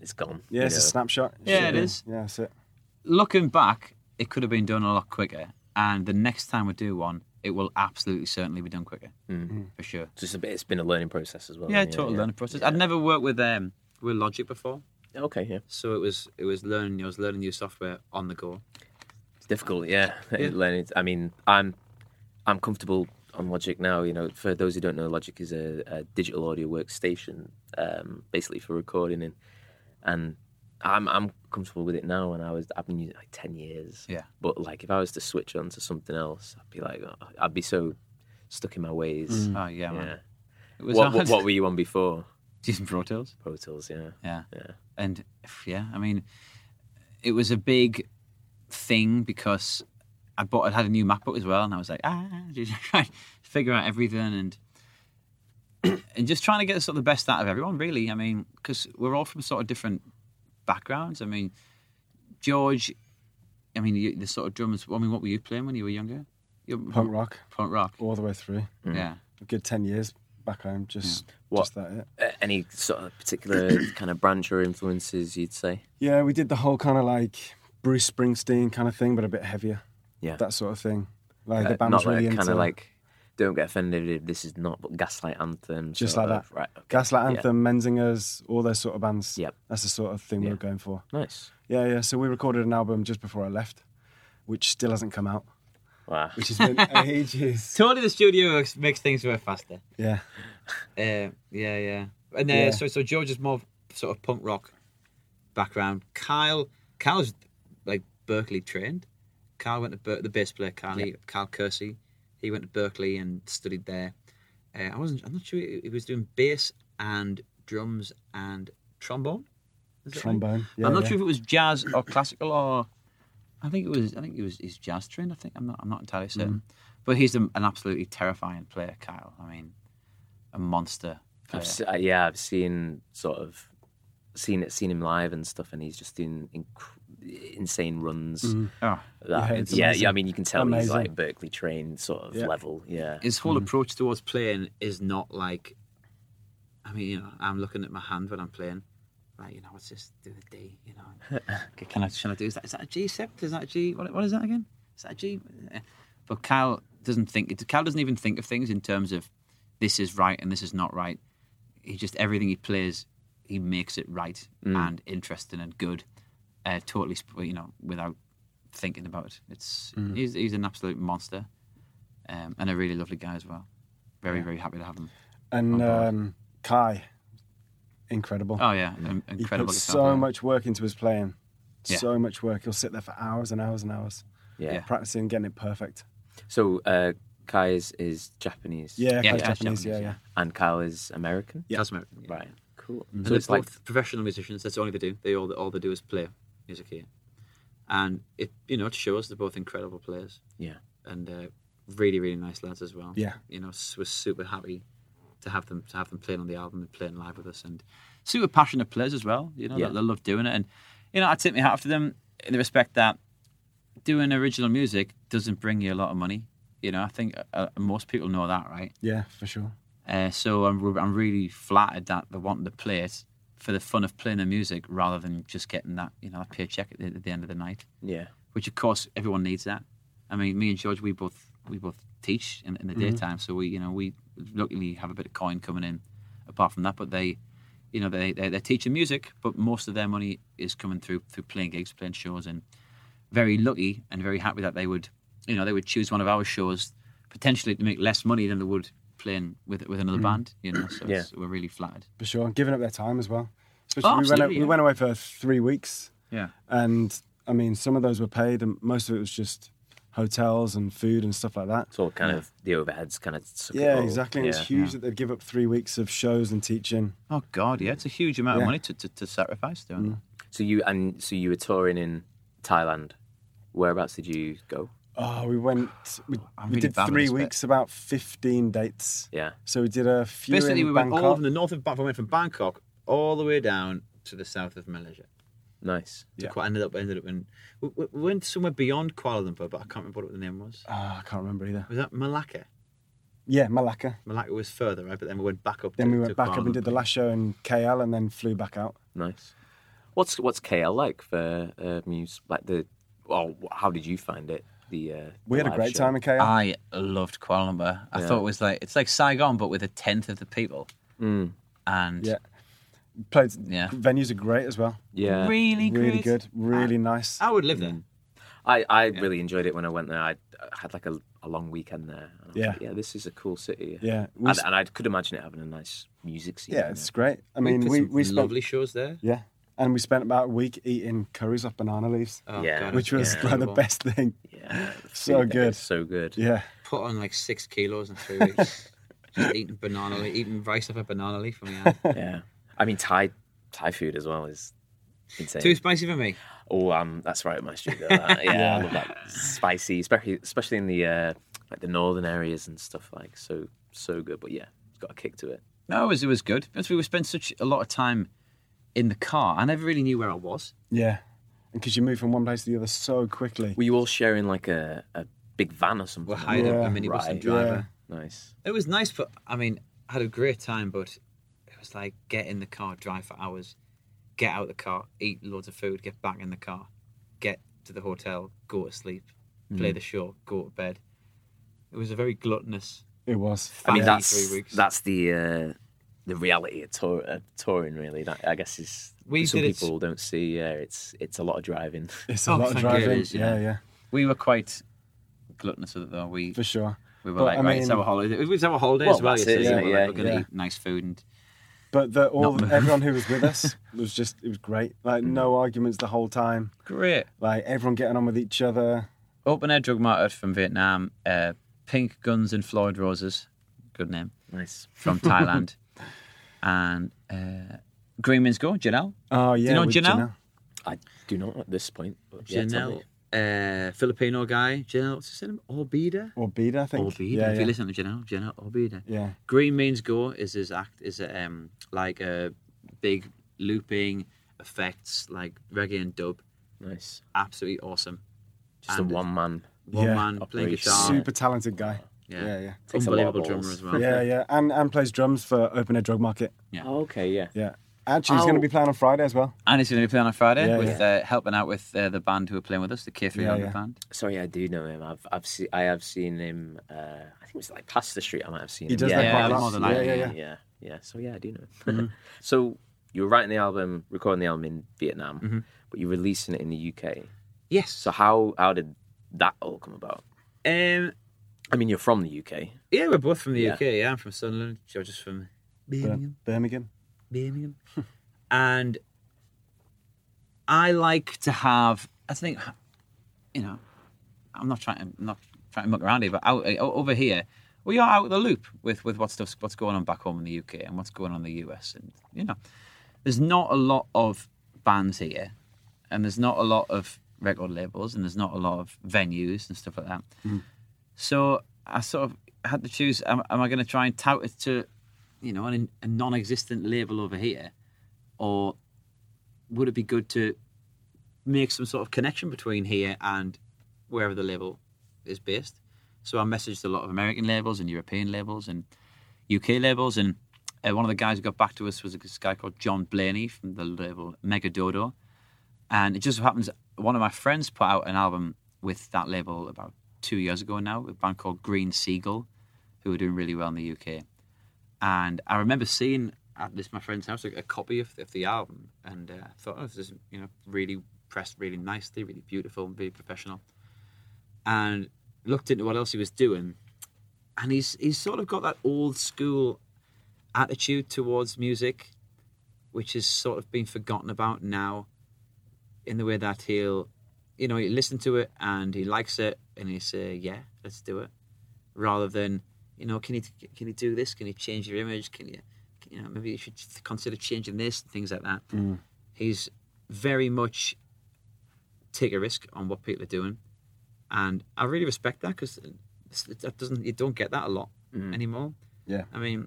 S1: it's gone.
S3: Yeah,
S1: you
S3: it's a
S1: know?
S3: snapshot.
S2: Yeah,
S3: Should
S2: it
S3: be.
S2: is.
S3: Yeah, that's it.
S2: looking back, it could have been done a lot quicker. And the next time we do one, it will absolutely certainly be done quicker.
S1: Mhm.
S2: For sure.
S1: just a bit. It's been a learning process as well.
S2: Yeah,
S1: hasn't it?
S2: total learning process. I'd never worked with um with Logic before,
S1: Okay, yeah,
S2: so it was it was learning. I was learning new software on the go.
S1: it's difficult. Yeah,
S2: Yeah.
S1: learning. I mean, I'm I'm comfortable on Logic now. You know, for those who don't know, Logic is a, a digital audio workstation, um, basically for recording, and and I'm I'm comfortable with it now. And I was I've been using it like ten years.
S2: Yeah.
S1: But like, if I was to switch on to something else, I'd be like, oh, I'd be so stuck in my ways.
S2: Oh yeah,
S1: Yeah.
S2: man. It was
S1: What, what
S2: hard.
S1: what
S2: (laughs)
S1: were you on before?
S2: using Pro Tools?
S1: Pro Tools. Yeah.
S2: Yeah.
S1: Yeah.
S2: and yeah, I mean, it was a big thing because I bought, I had a new MacBook as well, and I was like, ah, (laughs) just trying to figure out everything and and (clears throat) just trying to get sort of the best out of everyone, really. I mean, because we're all from sort of different backgrounds. I mean, George, I mean, you, the sort of drummers. I mean, what were you playing when you were younger? You're,
S3: Punk rock
S2: punk rock.
S3: all the way through.
S2: Yeah.
S3: A good ten years back home. Just,
S1: What-
S3: just that it.
S1: Uh, Any sort of
S2: (clears throat)
S1: particular kind of branch or influences you'd say?
S3: Yeah, we did the whole kind of like Bruce Springsteen kind of thing, but a bit heavier.
S1: Yeah.
S3: That sort of thing. Like
S1: Uh,
S3: the band
S1: not
S3: was really
S1: like,
S3: into
S1: kind of like don't get offended if this is not but gaslight anthem
S3: Just
S1: sort
S3: like
S1: of, right okay.
S3: Gaslight
S1: yeah.
S3: Anthem, Menzingers, all those sort of bands.
S1: Yep.
S3: That's the sort of thing we
S1: Yeah.
S3: were going for.
S1: nice
S3: Yeah, yeah. So we recorded an album just before I left, which still hasn't come out,
S1: wow (laughs)
S3: which has been ages.
S2: Totally, the studio makes things work faster.
S3: Yeah.
S2: Uh, yeah, yeah. And uh,
S3: Yeah.
S2: so so George is more of sort of punk rock background. Kyle Kyle's like Berkeley trained. Kyle went to Ber- the bass player Kyle he- Kyle Kersey. He went to Berkeley and studied there. Uh, I wasn't. I'm not sure he, he was doing bass and drums and trombone. Is that right?
S3: Trombone. Yeah,
S2: I'm not
S3: yeah.
S2: sure if it was jazz or classical or I think it was I think it was he's jazz trained. I think I'm not I'm not entirely certain,
S3: Mm.
S2: but he's an an absolutely terrifying player, Kyle. I mean, a monster. Player.
S1: I've se- uh, yeah I've seen sort of seen it seen him live and stuff and he's just doing inc- insane runs
S2: Oh,
S1: that,
S3: Mm. Yeah,
S1: yeah,
S3: it's
S1: yeah,
S3: amazing.
S1: I mean you can tell he's
S3: Amazing.
S1: like Berkeley trained sort of
S3: Yeah.
S1: level yeah
S2: his
S3: Mm.
S2: whole approach towards playing is not like. I mean, you know, I'm looking at my hand when I'm playing. Like, you know, let's just do the D. You
S3: (laughs)
S2: know, Okay, can I? Shall I do? Is that is that a G seventh? Is that a G? What, what is that again? Is that a G? Eh. But Cal doesn't think. Cal doesn't even think of things in terms of this is right and this is not right. He just everything he plays, he makes it right
S3: Mm.
S2: and interesting and good. Uh, totally, sp- you know, without thinking about it. It's
S3: Mm.
S2: he's, he's an absolute monster, um, and a really lovely guy as well. Very very happy to have him.
S3: And
S2: board.
S3: um, Kai, incredible.
S2: Oh yeah, um,
S3: he
S2: incredible.
S3: puts
S2: guitar
S3: so
S2: player.
S3: much work into his playing.
S2: Yeah.
S3: So much work. He'll sit there for hours and hours and hours
S1: yeah,
S2: Yeah.
S3: practicing, getting it perfect.
S1: so uh, Kai is, is Japanese
S2: Yeah,
S3: Yeah, Kai's
S2: yeah,
S3: Japanese.
S2: Japanese,
S3: yeah,
S2: yeah.
S3: yeah.
S1: and Kyle is American
S3: Yeah.
S2: That's American.
S1: right Mm-hmm. cool
S2: So it's like professional musicians. That's all they do. They all all they do is play music here, and it you know it shows they're both incredible players
S1: yeah
S2: and uh, really really nice lads as well.
S3: Yeah.
S2: you know s- we're super happy to have them to have them playing on the album and playing live with us and super passionate players as well. You know
S1: Yeah.
S2: they, they love doing it and you know I tip my hat off to them in the respect that doing original music doesn't bring you a lot of money. You know I think uh, uh, most people know that right.
S3: Yeah, for sure.
S2: Uh, so I'm I'm really flattered that they want to play it for the fun of playing the music rather than just getting that you know that paycheck at the, at the end of the night,
S1: yeah
S2: which of course everyone needs that. I mean, me and George we both we both teach in, in the daytime, so we you know we luckily have a bit of coin coming in apart from that. But they, you know, they, they they're teaching music, but most of their money is coming through through playing gigs, playing shows, and very lucky and very happy that they would, you know, they would choose one of our shows potentially to make less money than they would playing with with another band. You know, so it's, we're really flattered.
S3: For sure. And giving up their time as well. Especially we, went,
S2: Oh, absolutely,
S3: we
S2: yeah.
S3: went away for three weeks.
S2: Yeah,
S3: And I mean, some of those were paid, and most of it was just hotels and food and stuff like that.
S1: It's all kind of the overheads kind of. suck it
S3: Yeah,
S1: all.
S3: exactly. And
S1: Yeah.
S3: it's huge that they'd give up three weeks of shows and teaching.
S2: Oh God, yeah, it's a huge amount
S3: Yeah.
S2: of money to, to, to sacrifice doing that.
S1: So you and so you were touring in Thailand. Whereabouts did you go?
S3: Oh, we went. We,
S2: I'm
S3: we
S2: really
S3: did
S2: bad with
S3: three
S2: this bit.
S3: weeks, about fifteen dates.
S1: Yeah.
S3: So we did a few
S2: Basically,
S3: in
S2: we went
S3: Bangkok.
S2: all from the north of Bangkok. We went from Bangkok all the way down to the south of Malaysia.
S1: Nice.
S2: To
S3: Yeah.
S2: quite ended up ended up in we, we we went somewhere beyond Kuala Lumpur, but I can't remember what the name was.
S3: Ah, I can't remember either.
S2: Was that Malacca?
S3: Yeah, Malacca.
S2: Malacca was further, right? But then we went back up.
S3: Then
S2: to,
S3: we
S2: to
S3: went back
S2: Kuala
S3: up and did the
S2: Lumpur.
S3: last show in KL, and then flew back out.
S1: Nice. What's what's KL like for uh, muse? Like the, well, how did you find it? The uh,
S3: We
S1: the
S3: had a
S1: live
S3: great
S1: show?
S3: time in KL.
S2: I loved Kuala Lumpur. I
S1: Yeah.
S2: thought it was like it's like Saigon, but with a tenth of the people.
S1: Mm.
S2: And
S3: Yeah. Played.
S2: Yeah.
S3: Venues are great as well.
S1: Yeah,
S2: really,
S3: Really
S2: great.
S3: good. Really
S2: Ah,
S3: nice.
S2: I would live there.
S1: I, I really enjoyed it when I went there. I I had like a, a long weekend there. And I was
S3: Yeah.
S1: like, yeah, this is a cool city.
S3: Yeah. We,
S1: and, and I could imagine it having a nice music scene.
S3: yeah,
S1: in
S3: it's
S1: it.
S3: great. I mean,
S2: did
S3: we
S2: some
S3: we spent
S2: lovely shows there.
S3: yeah, and we spent about a week eating curries off banana leaves,
S2: Oh,
S1: Yeah.
S2: God,
S3: which was
S2: yeah.
S3: like the
S2: Unbelievable.
S3: best thing. (laughs)
S1: yeah, the
S3: So
S1: food there
S3: good.
S1: is so good.
S3: Yeah.
S2: Put on like six kilos in three (laughs) weeks. Just eating banana, leaf, eating rice off a banana leaf from the (laughs) hand.
S1: Yeah. I mean Thai Thai food as well is insane.
S2: Too spicy for me.
S1: Oh, um, that's right, up my street. though, that. Yeah, I love that spicy, especially especially in the uh, like the northern areas and stuff like so so good. But yeah, it's got a kick to it.
S2: No, it was it was good. Because we were spent such a lot of time in the car. I never really knew where I was.
S3: Yeah. And because you move from one place to the other so quickly.
S1: Were you all sharing like a, a big van or something?
S2: We hired a- a
S3: Yeah.
S2: minibus and
S1: Right.
S2: driver.
S1: Nice.
S2: It was nice, but I mean, I had a great time. But it was like get in the car, drive for hours, get out the car, eat loads of food, get back in the car, get to the hotel, go to sleep, play the show, go to bed. It was a very gluttonous.
S3: It was.
S1: I mean,
S2: Yeah.
S1: that's
S2: Three weeks.
S1: that's the uh, the reality of, tour, of touring. Really, that I guess is
S2: We
S1: some
S2: did it-
S1: people don't see. Yeah, it's it's a lot of driving. (laughs)
S3: It's a
S2: Oh,
S3: lot of
S2: thank you. It
S3: driving.
S2: is,
S3: yeah.
S2: yeah.
S3: yeah,
S2: We were quite gluttonous with it though. We
S3: for sure.
S2: we were
S3: But,
S2: like,
S3: I
S2: right, it's
S3: mean-
S2: our holiday. It was our holiday
S1: Well,
S2: as well.
S1: that's
S2: you
S1: it,
S2: see,
S1: isn't
S2: we
S1: it?
S2: were
S1: Yeah,
S2: like, we're gonna
S3: yeah.
S2: eat nice food and
S3: But the, all
S2: Not-
S3: everyone who was with us was just it was great. Like no arguments the whole time.
S2: great.
S3: Like everyone getting on with each other.
S2: Open air drug martyred from Vietnam. Uh, Pink Guns and Floyd Roses, good name
S1: Nice.
S2: (laughs) from Thailand, and uh, Green Man's Go, Janelle.
S3: Oh yeah.
S2: know
S3: with
S2: Janelle?
S1: I do not at this point. But yeah, tell
S2: Janelle,
S1: me.
S2: uh, Filipino guy. Janelle, what's his name? Orbida.
S3: Or Beda, I think.
S2: Orbida.
S3: Yeah,
S2: if
S3: yeah.
S2: you listen to Janelle, Janelle Orbida.
S3: yeah.
S2: Green Means Go is his act. Is a, um like a big looping effects like reggae and dub.
S1: Nice.
S2: Absolutely awesome.
S1: Just a
S2: And-
S1: one man.
S2: One
S3: Yeah.
S2: man playing
S1: Operation.
S2: guitar.
S3: Super talented guy.
S2: Yeah.
S3: Yeah, yeah.
S1: Takes a lot of
S2: Unbelievable drummer
S1: balls.
S2: as well.
S3: Yeah, yeah. And and plays drums for Open Air Drug Market.
S1: Oh, okay. Yeah.
S3: Yeah. Actually, he's going
S1: Oh.
S3: to be playing on Friday as well.
S2: And he's going to be playing on Friday
S3: Yeah,
S2: with Uh, helping out with uh, the band who are playing with us, the K300
S3: Yeah, yeah.
S2: band.
S1: Sorry, I do know him. I've I've seen I have seen him. Uh, I think it was like past the street. I might have seen
S3: He
S1: him.
S3: does
S1: yeah,
S3: that
S2: quite a
S1: I've
S2: lot.
S1: seen
S2: More than
S1: him,
S2: I
S3: do,
S1: yeah, yeah, yeah. So yeah, I do know. him. (laughs) so you were writing the album, recording the album in Vietnam, but you're releasing it in the UK.
S2: Yes.
S1: So how how did that all come about?
S2: um,
S1: I mean, you're from the UK.
S2: yeah, we're both from the
S1: Yeah.
S2: UK. Yeah, I'm from Sunderland. George is from Birmingham.
S3: Birmingham.
S2: Birmingham. and I like to have. I think, you know, I'm not trying. I'm not trying to muck around here, but out, uh, over here, we are out of the loop with with what stuff's what's going on back home in the UK and what's going on in the US, and you know, there's not a lot of bands here, and there's not a lot of record labels, and there's not a lot of venues and stuff like that. So I sort of had to choose: am, am I going to try and tout it to, you know, an, a non-existent label over here, or would it be good to make some sort of connection between here and wherever the label is based? So I messaged a lot of American labels and European labels and UK labels, and uh, one of the guys who got back to us was this guy called John Blaney from the label Mega Dodo, and it just so happens one of my friends put out an album with that label about two years ago now, a band called Green Seagull, who were doing really well in the UK. And I remember seeing at this my friend's house like, a copy of, of the album, and uh, I thought, oh, this is you know really pressed, really nicely, really beautiful, and really professional. And looked into what else he was doing, and he's he's sort of got that old school attitude towards music, which is sort of been forgotten about now in the way that he'll you know, he listened to it and he likes it, and he say, "Yeah, let's do it," rather than, you know, can you can you do this? Can you change your image? Can you, you know, maybe you should consider changing this and things like that. He's very much take a risk on what people are doing, and I really respect that because that doesn't you don't get that a lot anymore.
S3: Yeah.
S2: I mean,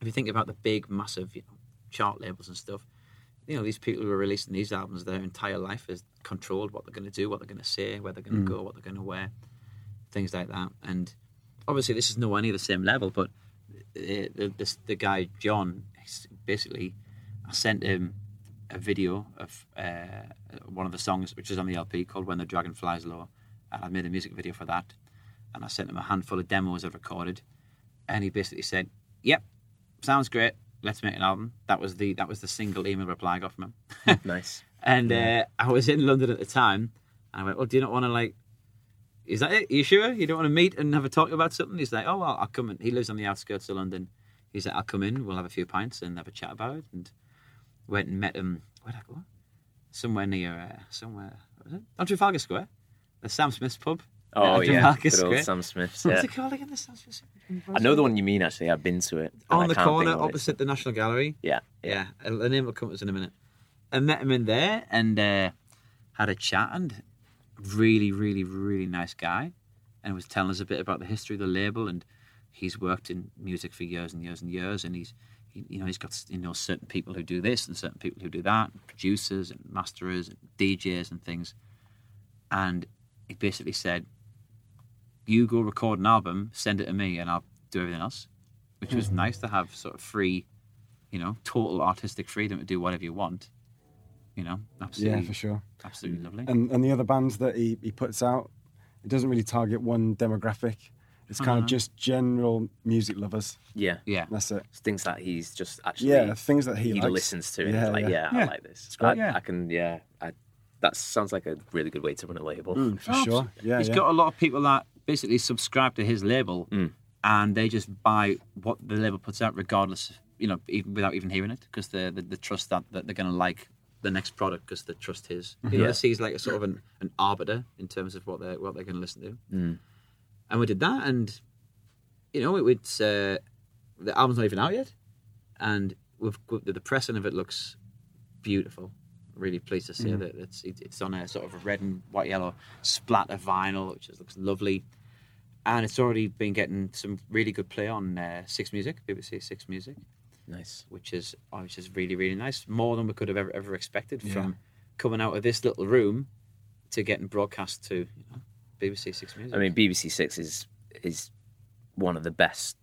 S2: if you think about the big, massive you know, chart labels and stuff, you know, these people who are releasing these albums, their entire life is controlled what they're going to do, what they're going to say, where they're going to go, what they're going to wear, things like that. And obviously, this is nowhere near the same level, but the, the, this, the guy, John, he's basically, I sent him a video of uh, one of the songs which is on the LP called When the Dragon Flies Low. And I made a music video for that. And I sent him a handful of demos I recorded. And he basically said, Yep, sounds great. Let's make an album. That was the that was the single email reply I
S4: (laughs)
S2: got from him.
S4: Nice.
S2: (laughs) and uh, I was in London at the time, and I went, "Well, do you not want to like? Is that it? Are you sure you don't want to meet and have a talk about something?" He's like, "Oh well, I'll come in." He lives on the outskirts of London. He's like, "I'll come in. We'll have a few pints and have a chat about it." And went and met him. Where'd I go? Somewhere near, uh, somewhere what was it? on Trafalgar Square, the Sam Smith's pub.
S4: Oh
S2: at
S4: yeah,
S2: Trafalgar
S4: good old
S2: Square.
S4: Sam Smith's. Yeah.
S2: What's it called again? The Sam Smith's.
S4: I know the one you mean. Actually, I've been to it. and I
S2: on the
S4: can't think
S2: corner
S4: of it.
S2: opposite the National Gallery.
S4: Yeah,
S2: yeah. and The name will come to us in a minute. I met him in there and uh, had a chat, and really, really, really nice guy, and was telling us a bit about the history of the label, and he's worked in music for years and years and years, and he's, he, you know, he's got you know certain people who do this and certain people who do that, and producers and masterers and DJs and things, and he basically said, "You go record an album, send it to me, and I'll do everything else," which
S3: Mm-hmm.
S2: was nice to have sort of free you know, total artistic freedom to do whatever you want. You know, absolutely,
S3: Yeah, for sure.
S2: absolutely lovely.
S3: And and the other bands that he, he puts out, it doesn't really target one demographic. It's kind of just general music lovers.
S4: yeah, yeah.
S2: yeah,
S3: That's it.
S4: It's things that he's just actually.
S3: Yeah, things that he,
S4: he
S3: likes.
S4: listens to it. and he's like, yeah, I like this.
S3: great,
S4: I,
S3: yeah.
S4: I can. Yeah, I, that sounds like a really good way to run a label.
S3: Mm, for
S2: Oh,
S3: sure. Yeah,
S2: he's
S3: yeah.
S2: got a lot of people that basically subscribe to his label, and they just buy what the label puts out, regardless, you know, even without even hearing it, because they the, the trust that, that they're going to like the next product because they trust his.
S3: Mm-hmm.
S2: You know,
S4: Yeah.
S2: this he's like a sort of an, an arbiter in terms of what they're what they're going to listen to. And we did that, and you know, it would uh, the album's not even out yet, and we've got- the pressing of it looks beautiful. Really pleased to see
S3: Mm.
S2: that it's it- it's on a sort of a red and white yellow splatter vinyl, which just looks lovely, and it's already been getting some really good play on uh, Six Music, BBC Six Music,
S4: Nice.
S2: which is oh, which is really really nice, more than we could have ever ever expected from coming out of this little room to getting broadcast to you know, BBC Six Music.
S4: I mean, BBC Six is is one of the best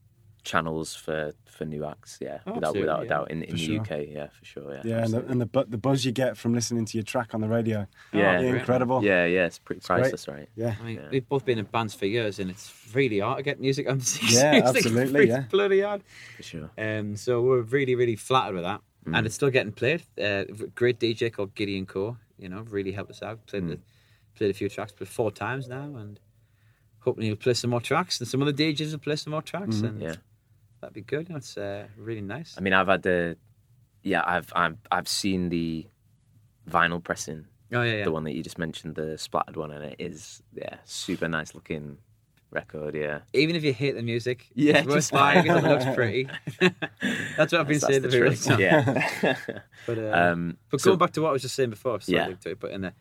S4: channels for for new acts. Yeah,
S2: Oh,
S4: without
S2: absolutely,
S4: without a
S2: yeah.
S4: doubt in, in
S3: For
S4: the
S3: sure.
S4: UK. Yeah, for sure. Yeah.
S3: Yeah, and the, and the bu- the buzz you get from listening to your track on the radio,
S4: Yeah.
S3: yeah, incredible.
S4: yeah, yeah. It's pretty
S3: great.
S4: priceless, right?
S3: yeah.
S2: I mean, we've both been in bands for years, and it's really hard to get music on (laughs) the six.
S3: Yeah,
S2: It's like
S3: absolutely,
S2: it's
S3: yeah.
S2: bloody hard.
S4: For sure.
S2: Um, so we're really, really flattered with that,
S4: Mm.
S2: and it's still getting played. Uh, a great DJ called Gideon Core, you know, really helped us out. Played
S4: Mm.
S2: the, played a few tracks, but four times now, and hoping he'll play some more tracks, and some other DJs will play some more tracks,
S3: Mm.
S2: and
S4: Mm-hmm. Yeah.
S2: that'd be good. You know, it's uh, really nice.
S4: I mean, I've had the, yeah, I've I've I've seen the vinyl pressing,
S2: oh yeah, yeah.
S4: the one that you just mentioned, the splattered one, and it is yeah, super nice looking record. Yeah.
S2: Even if you hate the music,
S4: Yeah,
S2: it's worth
S4: just-
S2: buying 'cause it
S4: (laughs)
S2: looks pretty. (laughs) That's what I've been
S4: That's-
S2: saying
S4: that's
S2: to people. all the
S4: truth.
S2: time.
S4: Yeah.
S2: (laughs) But, uh,
S4: um,
S2: But
S4: so-
S2: going back to what I was just saying before, sorry
S4: Yeah.
S2: Luke, to put in there,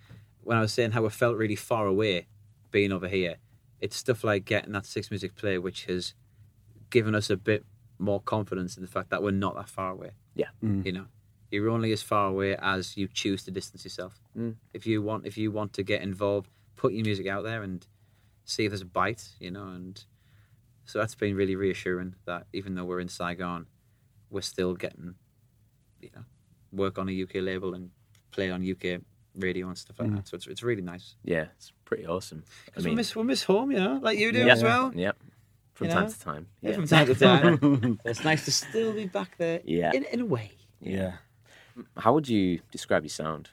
S2: when I was saying how I felt really far away being over here, it's stuff like getting that Six Music play, which has given us a bit more confidence in the fact that we're not that far away.
S4: Yeah.
S2: You know, you're only as far away as you choose to distance yourself.
S4: Mm.
S2: If you want, if you want to get involved, put your music out there and see if there's a bite. You know, and so that's been really reassuring that even though we're in Saigon, we're still getting, you know, work on a UK label and play on UK radio and stuff like that. So it's, it's really nice.
S4: yeah, it's pretty awesome. I
S2: Because we Mm. miss we miss home, you know, like you do
S4: yeah,
S2: as well.
S4: Yep. From
S2: You
S4: time
S2: know?
S4: to time.
S2: Yeah,
S4: Yeah.
S2: From time to (laughs)
S3: (laughs)
S2: time, it's nice to still be back there.
S4: Yeah.
S2: In, in a way.
S3: yeah.
S4: How would you describe your sound?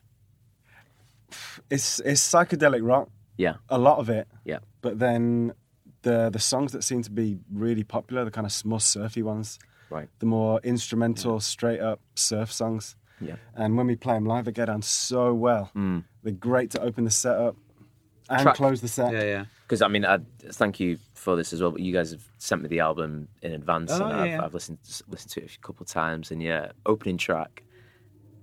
S3: It's it's psychedelic rock,
S4: Yeah.
S3: a lot of it.
S4: Yeah.
S3: But then the the songs that seem to be really popular, the kind of small surfy ones,
S4: Right.
S3: the more instrumental, straight up surf songs.
S4: Yeah.
S1: Mm.
S3: And when we play them live, they go down so well. They're great to open the set up. and
S1: Track-
S3: close the set.
S2: Yeah, yeah.
S1: Because I mean, I thank you for this as well. But you guys have sent me the album in advance, and
S2: Oh,
S1: I've,
S2: yeah.
S1: I've listened listened to it a couple of times. And yeah, opening track,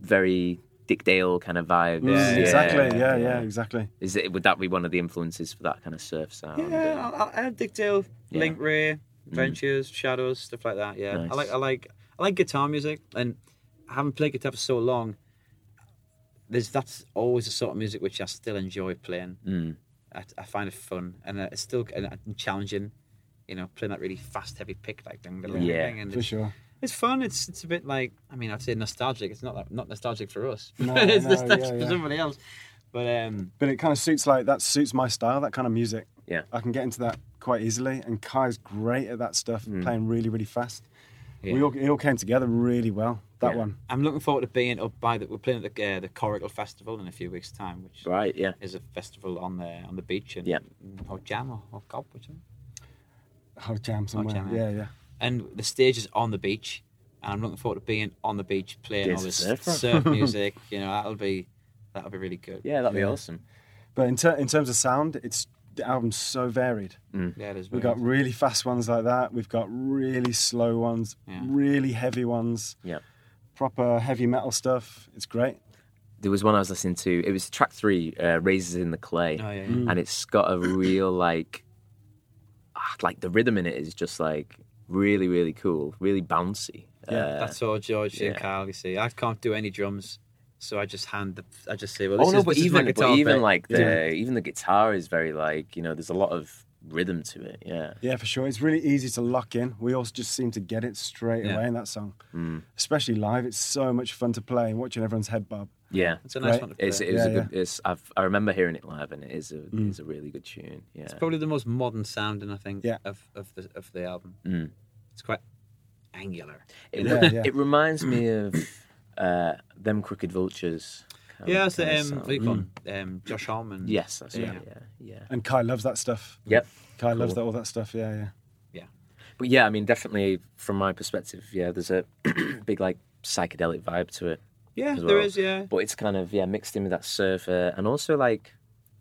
S1: very Dick Dale kind of vibe.
S3: Mm, Exactly. Yeah, yeah, exactly.
S1: Is it would that be one of the influences for that kind of surf sound?
S2: Oh, Yeah, Mm.
S1: Uh,
S2: I'll, I'll add Dick Dale,
S1: Yeah.
S2: Link Ray, Ventures, Shadows, stuff like that. Yeah,
S1: Nice.
S2: I like I like I like guitar music, and I haven't played guitar for so long. There's that's always the sort of music which I still enjoy playing.
S1: mm.
S2: I, I find it fun and uh, it's still and, and challenging. You know, playing that really fast, heavy pick like ding, ding, ding,
S1: Yeah.
S2: ding, and
S3: For
S2: it's,
S3: sure.
S2: it's fun. It's it's a bit like I mean, I'd say nostalgic. It's not that, not nostalgic for us. (laughs)
S3: No,
S2: it's
S3: no,
S2: nostalgic
S3: yeah,
S2: for
S3: yeah.
S2: somebody else. But um,
S3: But it kind of suits like that suits my style, that kind of music.
S1: Yeah.
S3: I can get into that quite easily. And Kai's great at that stuff, playing really, really fast.
S2: yeah.
S3: We all it all came together really well. That
S1: Yeah.
S3: one.
S2: I'm looking forward to being up by the. We're playing at the uh, the Coracle Festival in a few weeks' time, which
S1: Right. Yeah.
S2: is a festival on the on the beach and
S1: Yeah.
S2: or jam or, or cob, whichever.
S3: Oh, jam somewhere.
S2: jam,
S3: yeah,
S2: yeah.
S3: yeah.
S2: And the stage is on the beach, and I'm looking forward to being on the beach playing
S1: There's
S2: all this
S1: surf.
S2: surf,
S3: (laughs)
S2: music. You know, that'll be that'll be really good.
S1: Yeah, that'd be
S3: Yeah.
S1: awesome.
S3: But in, ter- in terms of sound, it's the album's so varied.
S2: yeah it is.
S3: We've got really fast ones like that. We've got really slow ones,
S2: Yeah.
S3: really heavy ones,
S1: Yeah.
S3: proper heavy metal stuff. It's great.
S1: there was one I was listening to. It was track three, uh, "Razors in the Clay,"
S2: Oh, yeah, yeah.
S1: and it's got a real like, ah, like the rhythm in it is just like really, really cool, really bouncy. Uh,
S3: Yeah,
S2: That's all George and
S1: yeah.
S2: Carl. You see, I can't do any drums, so I just hand the. I just say, well,
S1: oh
S2: this
S1: no,
S2: is,
S1: but
S2: this is my
S1: even but
S2: guitar
S1: even
S2: bit.
S1: like the even the guitar is very like you know there's a lot of rhythm to it. Yeah,
S3: Yeah, for sure. It's really easy to lock in. We all just seem to get it straight
S2: Yeah.
S3: away in that song, especially live. It's so much fun to play and watching everyone's head bob.
S1: yeah.
S2: it's a nice
S3: Right.
S2: one to play.
S1: It's, it was
S3: Yeah,
S1: a good. It's, I've, I remember hearing it live, and it is a is a really good tune. Yeah,
S2: Mm. It's probably the most modern sounding, I think,
S3: Yeah.
S2: of, of the of the album.
S1: Mm.
S2: It's quite angular.
S1: it,
S3: Yeah, yeah.
S1: it reminds me of uh, them crooked vultures. kind-
S2: yeah, it's
S1: kind of
S2: um,
S1: sound. mm.
S2: what do you call him? um, Josh Harmon.
S1: Yes, that's
S2: Yeah.
S1: right. Yeah, yeah.
S3: And Kai loves that stuff.
S1: Yep.
S3: Kai
S1: Cool.
S3: loves that, all that stuff. Yeah, yeah.
S1: But yeah, I mean, definitely from my perspective, yeah, there's a (clears throat) big like psychedelic vibe to it.
S2: yeah,
S1: as
S2: there
S1: well.
S2: is. Yeah,
S1: But it's kind of yeah mixed in with that surf uh, and also like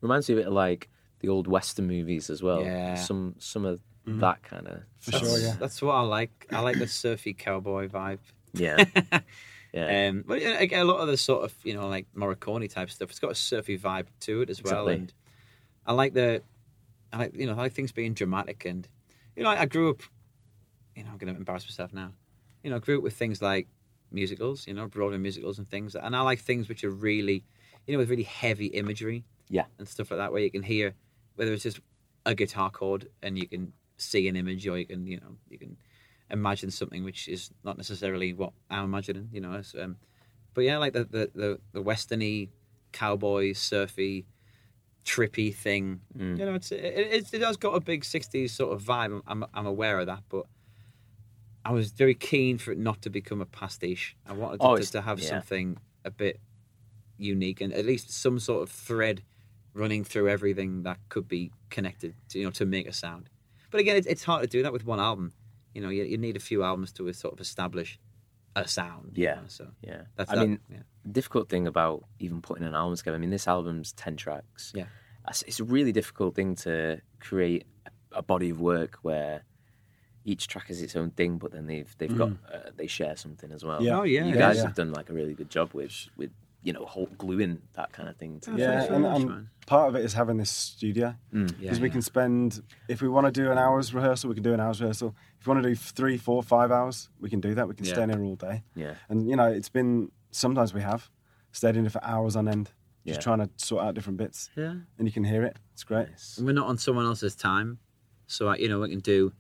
S1: reminds me a bit of like the old western movies as well.
S2: Yeah.
S1: Some some of that kind of
S3: For
S2: that's,
S3: sure, yeah.
S2: that's what I like. I like the surfy cowboy vibe.
S1: yeah yeah
S2: Um, but yeah, again, a lot of the sort of you know like Morricone type stuff. It's got a surfy vibe to it as well,
S1: Exactly.
S2: and I like the, I like you know I like things being dramatic and, you know I, I grew up, you know I'm gonna embarrass myself now, you know I grew up with things like musicals, you know Broadway musicals and things, and I like things which are really, you know with really heavy imagery
S1: yeah
S2: and stuff like that where you can hear whether it's just a guitar chord and you can see an image or you can you know you can imagine something which is not necessarily what I'm imagining you know it's, um, but yeah like the the the, the westerny cowboy surfy trippy thing
S1: Mm.
S2: you know it's it, it's it has got a big 60s sort of vibe I'm, I'm aware of that but I was very keen for it not to become a pastiche I wanted
S1: Oh,
S2: it
S1: it's-
S2: to, to have
S1: yeah.
S2: something a bit unique and at least some sort of thread running through everything that could be connected to, you know to make a sound but again it's, it's hard to do that with one album you know you, you need a few albums to sort of establish a sound you
S1: Yeah.
S2: know, so
S1: yeah.
S2: that's
S1: I
S2: that,
S1: mean,
S2: yeah.
S1: difficult thing about even putting an album together. I mean, this album's ten tracks.
S2: Yeah.
S1: That's- it's a really difficult thing to create a- a body of work where each track is its own thing, but then they've they've got uh, they share something as well.
S3: Yeah.
S2: Oh, Mm. yeah.
S1: you
S2: Yeah,
S1: guys
S3: yeah.
S1: have done like a really good job with with you know whole gluing that kind of thing. To
S3: Yeah,
S2: so
S3: and,
S2: much,
S3: and
S2: man.
S3: part of it is having this studio
S1: Mm.
S3: because
S2: Yeah,
S3: we
S2: yeah.
S3: can spend if we want to do an hour's rehearsal, we can do an hour's rehearsal. If we want to do three, four, five hours, we can do that. We can
S2: Yeah.
S3: stay in here all day.
S1: Yeah.
S3: and you know it's been sometimes we have stayed in here for hours on end, just
S1: Yeah.
S3: trying to sort out different bits.
S2: yeah
S3: and you can hear it. It's great.
S2: And we're not on someone else's time, so I, you know I can do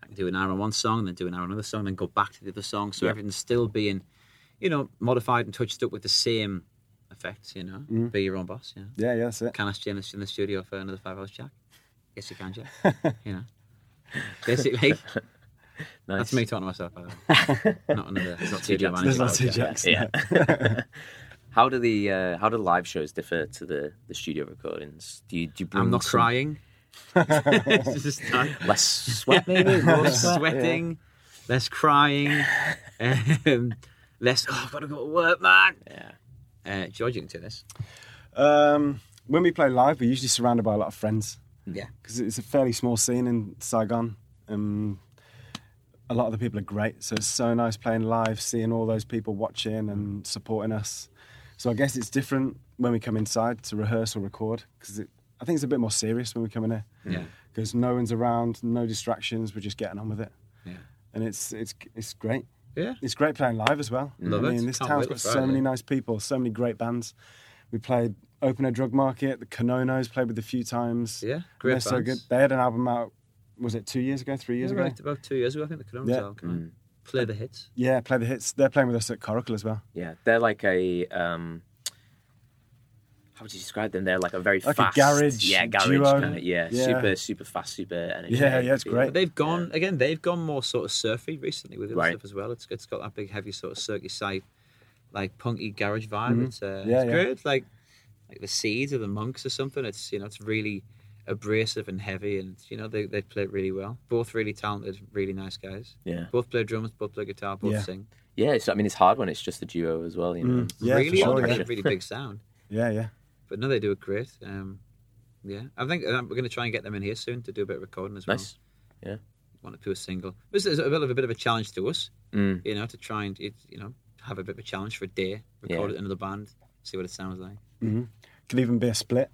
S2: I can do an hour on one song, then do an hour on another song, then go back to the other song. So everything's still being, you know, modified and touched up with the same effects. You know, be your own boss. You know,
S3: Yeah, yeah, that's it.
S2: can I stay in the, in the studio for another five hours, Jack? Yes, you can, Jack. you know, basically
S1: Nice.
S2: that's me talking to myself. By the way. not another. It's not studio manager.
S3: There's not two
S2: Jack.
S1: (laughs)
S3: jacks.
S1: Yeah.
S3: no.
S1: How do the uh, how do live shows differ to the, the studio recordings? Do you do you bring
S2: I'm not
S1: some
S2: crying. (laughs) It's just not-
S3: (laughs)
S1: less
S2: (laughs)
S1: sweat maybe?
S2: more sweating, less crying, um, less. Oh, I've got to go to work, man.
S1: Yeah.
S2: Uh, George, you can do this.
S3: Um, when we play live, we're usually surrounded by a lot of friends
S5: Yeah.
S3: because it's a fairly small scene in Saigon. Um, a lot of the people are great, so it's so nice playing live, seeing all those people watching and supporting us. So I guess it's different when we come inside to rehearse or record because I think it's a bit more serious when we come in here.
S5: Yeah.
S3: because no one's around, no distractions. We're just getting on with it,
S5: Yeah.
S3: and it's it's it's great.
S2: Yeah.
S3: It's great playing live as well.
S2: Love
S3: I
S2: it.
S3: mean, this
S2: Can't
S3: town's
S2: wait
S3: got
S2: for
S3: so
S2: Friday.
S3: many nice people, so many great bands. We played Open Air Drug Market, the Kanonos, played with a few times.
S2: Yeah, great
S3: They're so good.
S2: bands.
S3: They had an album out, was it two years ago, three years ago?
S2: Right, about two years ago, I think the Canones
S3: Yeah. Mm.
S2: album
S1: Hmm.
S2: came out. Play the hits.
S3: Yeah, play the hits. They're playing with us at Coracle as well.
S1: Yeah, they're like a. Um, how would you describe them? They're like a very
S3: Like a
S1: fast,
S3: garage
S1: yeah, garage,
S3: duo.
S1: kind of, yeah,
S3: Yeah.
S1: super, super fast, super energy.
S3: Yeah, yeah, it's great.
S2: But they've gone again. They've gone more sort of surfy recently with their
S1: Right.
S2: stuff as well. It's it's got that big heavy sort of circus side, like punky garage vibe. It's, uh,
S3: Mm-hmm. Yeah,
S2: it's
S3: yeah.
S2: good. Like like the seeds of the monks or something. It's you know it's really abrasive and heavy, and you know they they play it really well. Both really talented, really nice guys.
S1: Yeah,
S2: Both play drums, both play guitar, both
S3: Yeah.
S2: sing.
S1: yeah. It's, I mean, it's hard when it's just a duo as well. You know,
S3: Mm. Yeah, for
S2: really,
S3: sure,
S2: on
S1: yeah.
S2: a really big sound.
S3: Yeah, yeah.
S2: But no, they do it great. Um, yeah, I think uh, we're going to try and get them in here soon to do a bit of recording as well.
S1: nice.
S2: Want to do a single. This is a bit of a bit of a challenge to us.
S1: Mm.
S2: you know, to try and it, you know have a bit of a challenge for a day, record
S1: Yeah.
S2: it in another band, see what it sounds like.
S3: Could even be a split.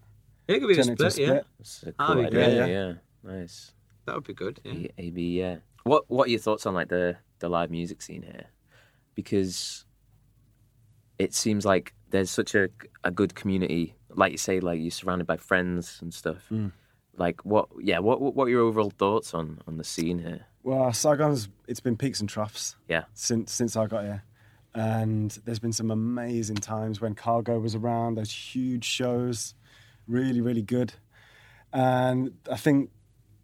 S2: Yeah, it could be a
S3: Turn it to
S2: split,
S3: a
S2: yeah.
S3: split.
S1: That's a
S2: Ah,
S1: cool
S2: yeah,
S1: idea. Yeah,
S3: yeah.
S1: nice.
S2: That would be good. Yeah.
S1: A- AB, yeah. Mm. What What are your thoughts on like the the live music scene here? Because it seems like there's such a a good community. Like you say, like you're surrounded by friends and stuff. Like what? Yeah. What What what are your overall thoughts on on the scene here?
S3: Well, Saigon's, it's been peaks and troughs.
S1: Yeah.
S3: since since I got here. And there's been some amazing times when Cargo was around, those huge shows, really, really good. And I think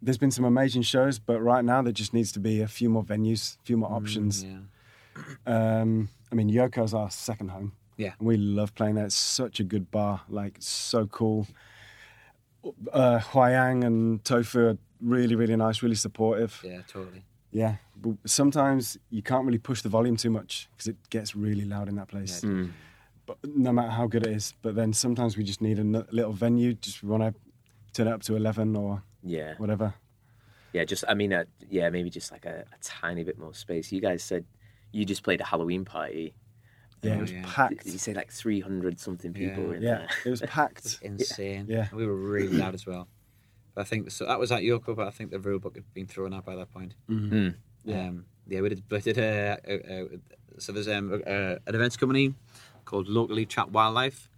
S3: there's been some amazing shows, but right now there just needs to be a few more venues, a few more options.
S2: yeah.
S3: Um, I mean, Yoko's our second home.
S2: Yeah.
S3: And we love playing there. It's such a good bar, like, so cool. Uh, Huayang and Tofu are really, really nice, really supportive.
S2: Yeah, totally.
S3: Yeah, but sometimes you can't really push the volume too much because it gets really loud in that place.
S1: Mm.
S3: But no matter how good it is, but then sometimes we just need a n- little venue. Just want to turn it up to eleven or
S1: Yeah.
S3: whatever.
S1: Yeah. Just I mean, uh, yeah. Maybe just like a, a tiny bit more space. You guys said you just played a Halloween party.
S3: Yeah,
S2: Oh,
S3: it was
S2: yeah.
S1: Did
S3: packed.
S1: you say like 300 something people
S2: Yeah.
S1: in
S3: Yeah,
S1: there?
S3: it was packed.
S2: (laughs) Insane.
S3: Yeah.
S2: And we were really loud as well. But I think so. That was at Yoko, but I think the rule book had been thrown out by that point.
S3: Mm-hmm.
S1: Mm.
S2: Yeah. Um, yeah, we did. We did uh, uh, uh, so there's um, uh, an events company called Locally Trap Wildlife,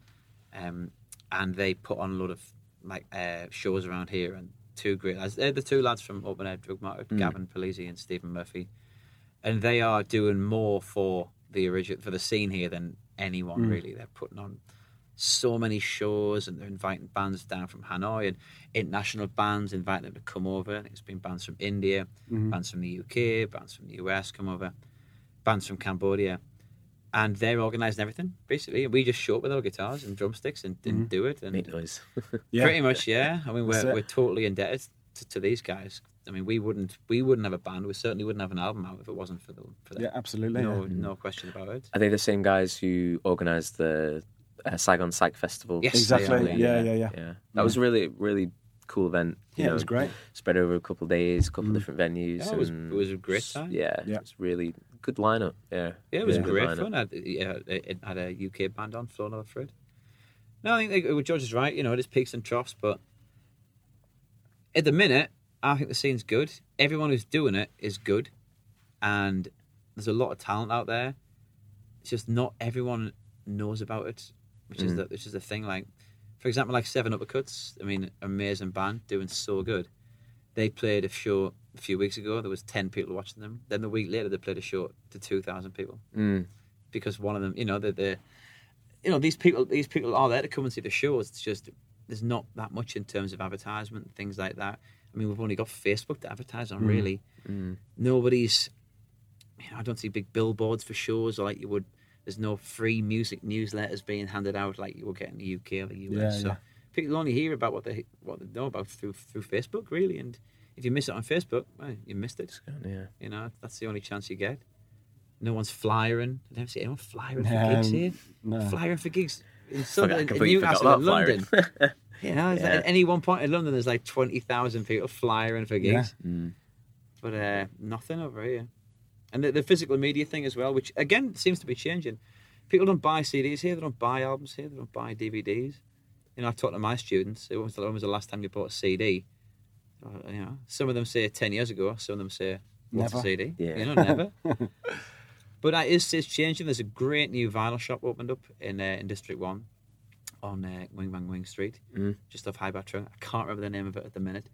S2: um, and they put on a lot of like uh, shows around here. And two great lads. They're the two lads from Open Air Drug Market,
S3: Hmm.
S2: Gavin Polizzi and Stephen Murphy, and they are doing more for the origin for the scene here than anyone really. They're putting on so many shows and they're inviting bands down from Hanoi and international bands inviting them to come over. And it's been bands from India, bands from the UK, bands from the US come over, bands from Cambodia. And they're organising everything, basically. And we just show up with our guitars and drumsticks and, and do it. And
S1: Make noise.
S3: Yeah,
S2: Pretty much, yeah. I mean,
S3: That's
S2: we're,
S3: it.
S2: we're totally indebted to, to these guys. I mean, we wouldn't we wouldn't have a band. We certainly wouldn't have an album out if it wasn't for them. For them.
S3: yeah, absolutely.
S2: no,
S3: yeah.
S2: no question about it.
S1: Are they the same guys who organised the uh, Saigon Psych Festival?
S2: Yes,
S3: Exactly.
S2: they
S3: Yeah,
S2: are,
S3: yeah, yeah. Yeah,
S1: That was a really, really cool event. you
S3: it was
S1: know,
S3: great. Mm.
S1: Spread over a couple of days, a couple of different venues.
S2: Yeah, Oh, it was-
S1: and
S2: it was a great
S1: s-
S2: time.
S1: Yeah,
S3: Yeah.
S1: it's really good lineup. Yeah,
S2: Yeah, it was
S1: a good
S2: great
S1: lineup.
S2: fun. I had, yeah, it it had a UK band on, Flown Over Fred. No, I think they, George is right. You know, it is peaks and troughs, but at the minute, I think the scene's good. Everyone who's doing it is good, and there's a lot of talent out there. It's just not everyone knows about it, which is the which is the thing. Like, for example, like Seven Uppercuts. I mean, amazing band, doing so good. They played a show a few weeks ago. There was ten people watching them. Then the week later, they played a show to two thousand people
S1: Mm.
S2: because one of them, you know, they're, they're you know, these people, these people are there to come and see the shows. It's just there's not that much in terms of advertisement and things like that. I mean, we've only got Facebook to advertise
S3: Mm.
S2: on, really. Nobody's, you know, I don't see big billboards for shows or like you would. There's no free music newsletters being handed out like you will get in the UK or the US.
S3: Yeah,
S2: so
S3: yeah.
S2: people only hear about what they what they know about through through Facebook, really. And if you miss it on Facebook, well, you missed it.
S1: Yeah,
S2: You know, that's the only chance you get. No one's flyering. I never see anyone flyering for
S3: No,
S2: gigs here.
S3: no.
S2: Flyering for gigs
S1: Forgot- I
S2: in, Sunderland, in
S1: completely forgot
S2: Newcastle, in
S1: about
S2: London. (laughs) You know, it's like
S1: Yeah.
S2: at any one point in London, there's like twenty thousand people flying for
S3: Yeah.
S2: gigs, but uh, nothing over here. And the, the physical media thing as well, which again seems to be changing. People don't buy CDs here, they don't buy albums here, they don't buy DVDs. You know, I talk to my students. When was the, when was the last time you bought a CD? Uh, You know, some of them say ten years ago. Some of them say what's
S3: Never.
S2: a CD?
S1: Yeah.
S2: You know, never. But it is it's changing. There's a great new vinyl shop opened up in uh, in District One, on uh, Wing Wang Wing Street,
S1: Mm.
S2: just off High Batra. I can't remember the name of it at the minute,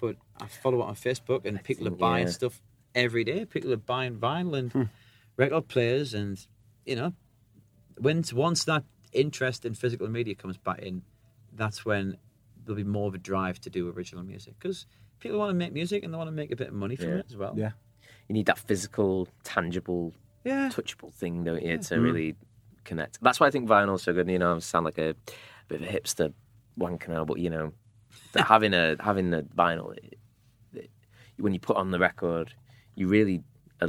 S2: but I follow it on Facebook, and people
S1: think,
S2: are buying
S1: yeah.
S2: stuff every day. People are buying vinyl
S1: Hmm.
S2: and record players, and you know, once once that interest in physical media comes back in, that's when there'll be more of a drive to do original music because people want to make music and they want to make a bit of money from
S1: Yeah.
S2: it as well.
S3: Yeah.
S1: (laughs) You need that physical, tangible,
S2: yeah.
S1: touchable thing, don't you,
S2: Mm-hmm.
S1: to really connect. That's why I think vinyl's so good. You know, I sound like a bit of a hipster wanker now, but you know,
S2: (laughs)
S1: that having a having the vinyl, it, it- when you put on the record, you really uh,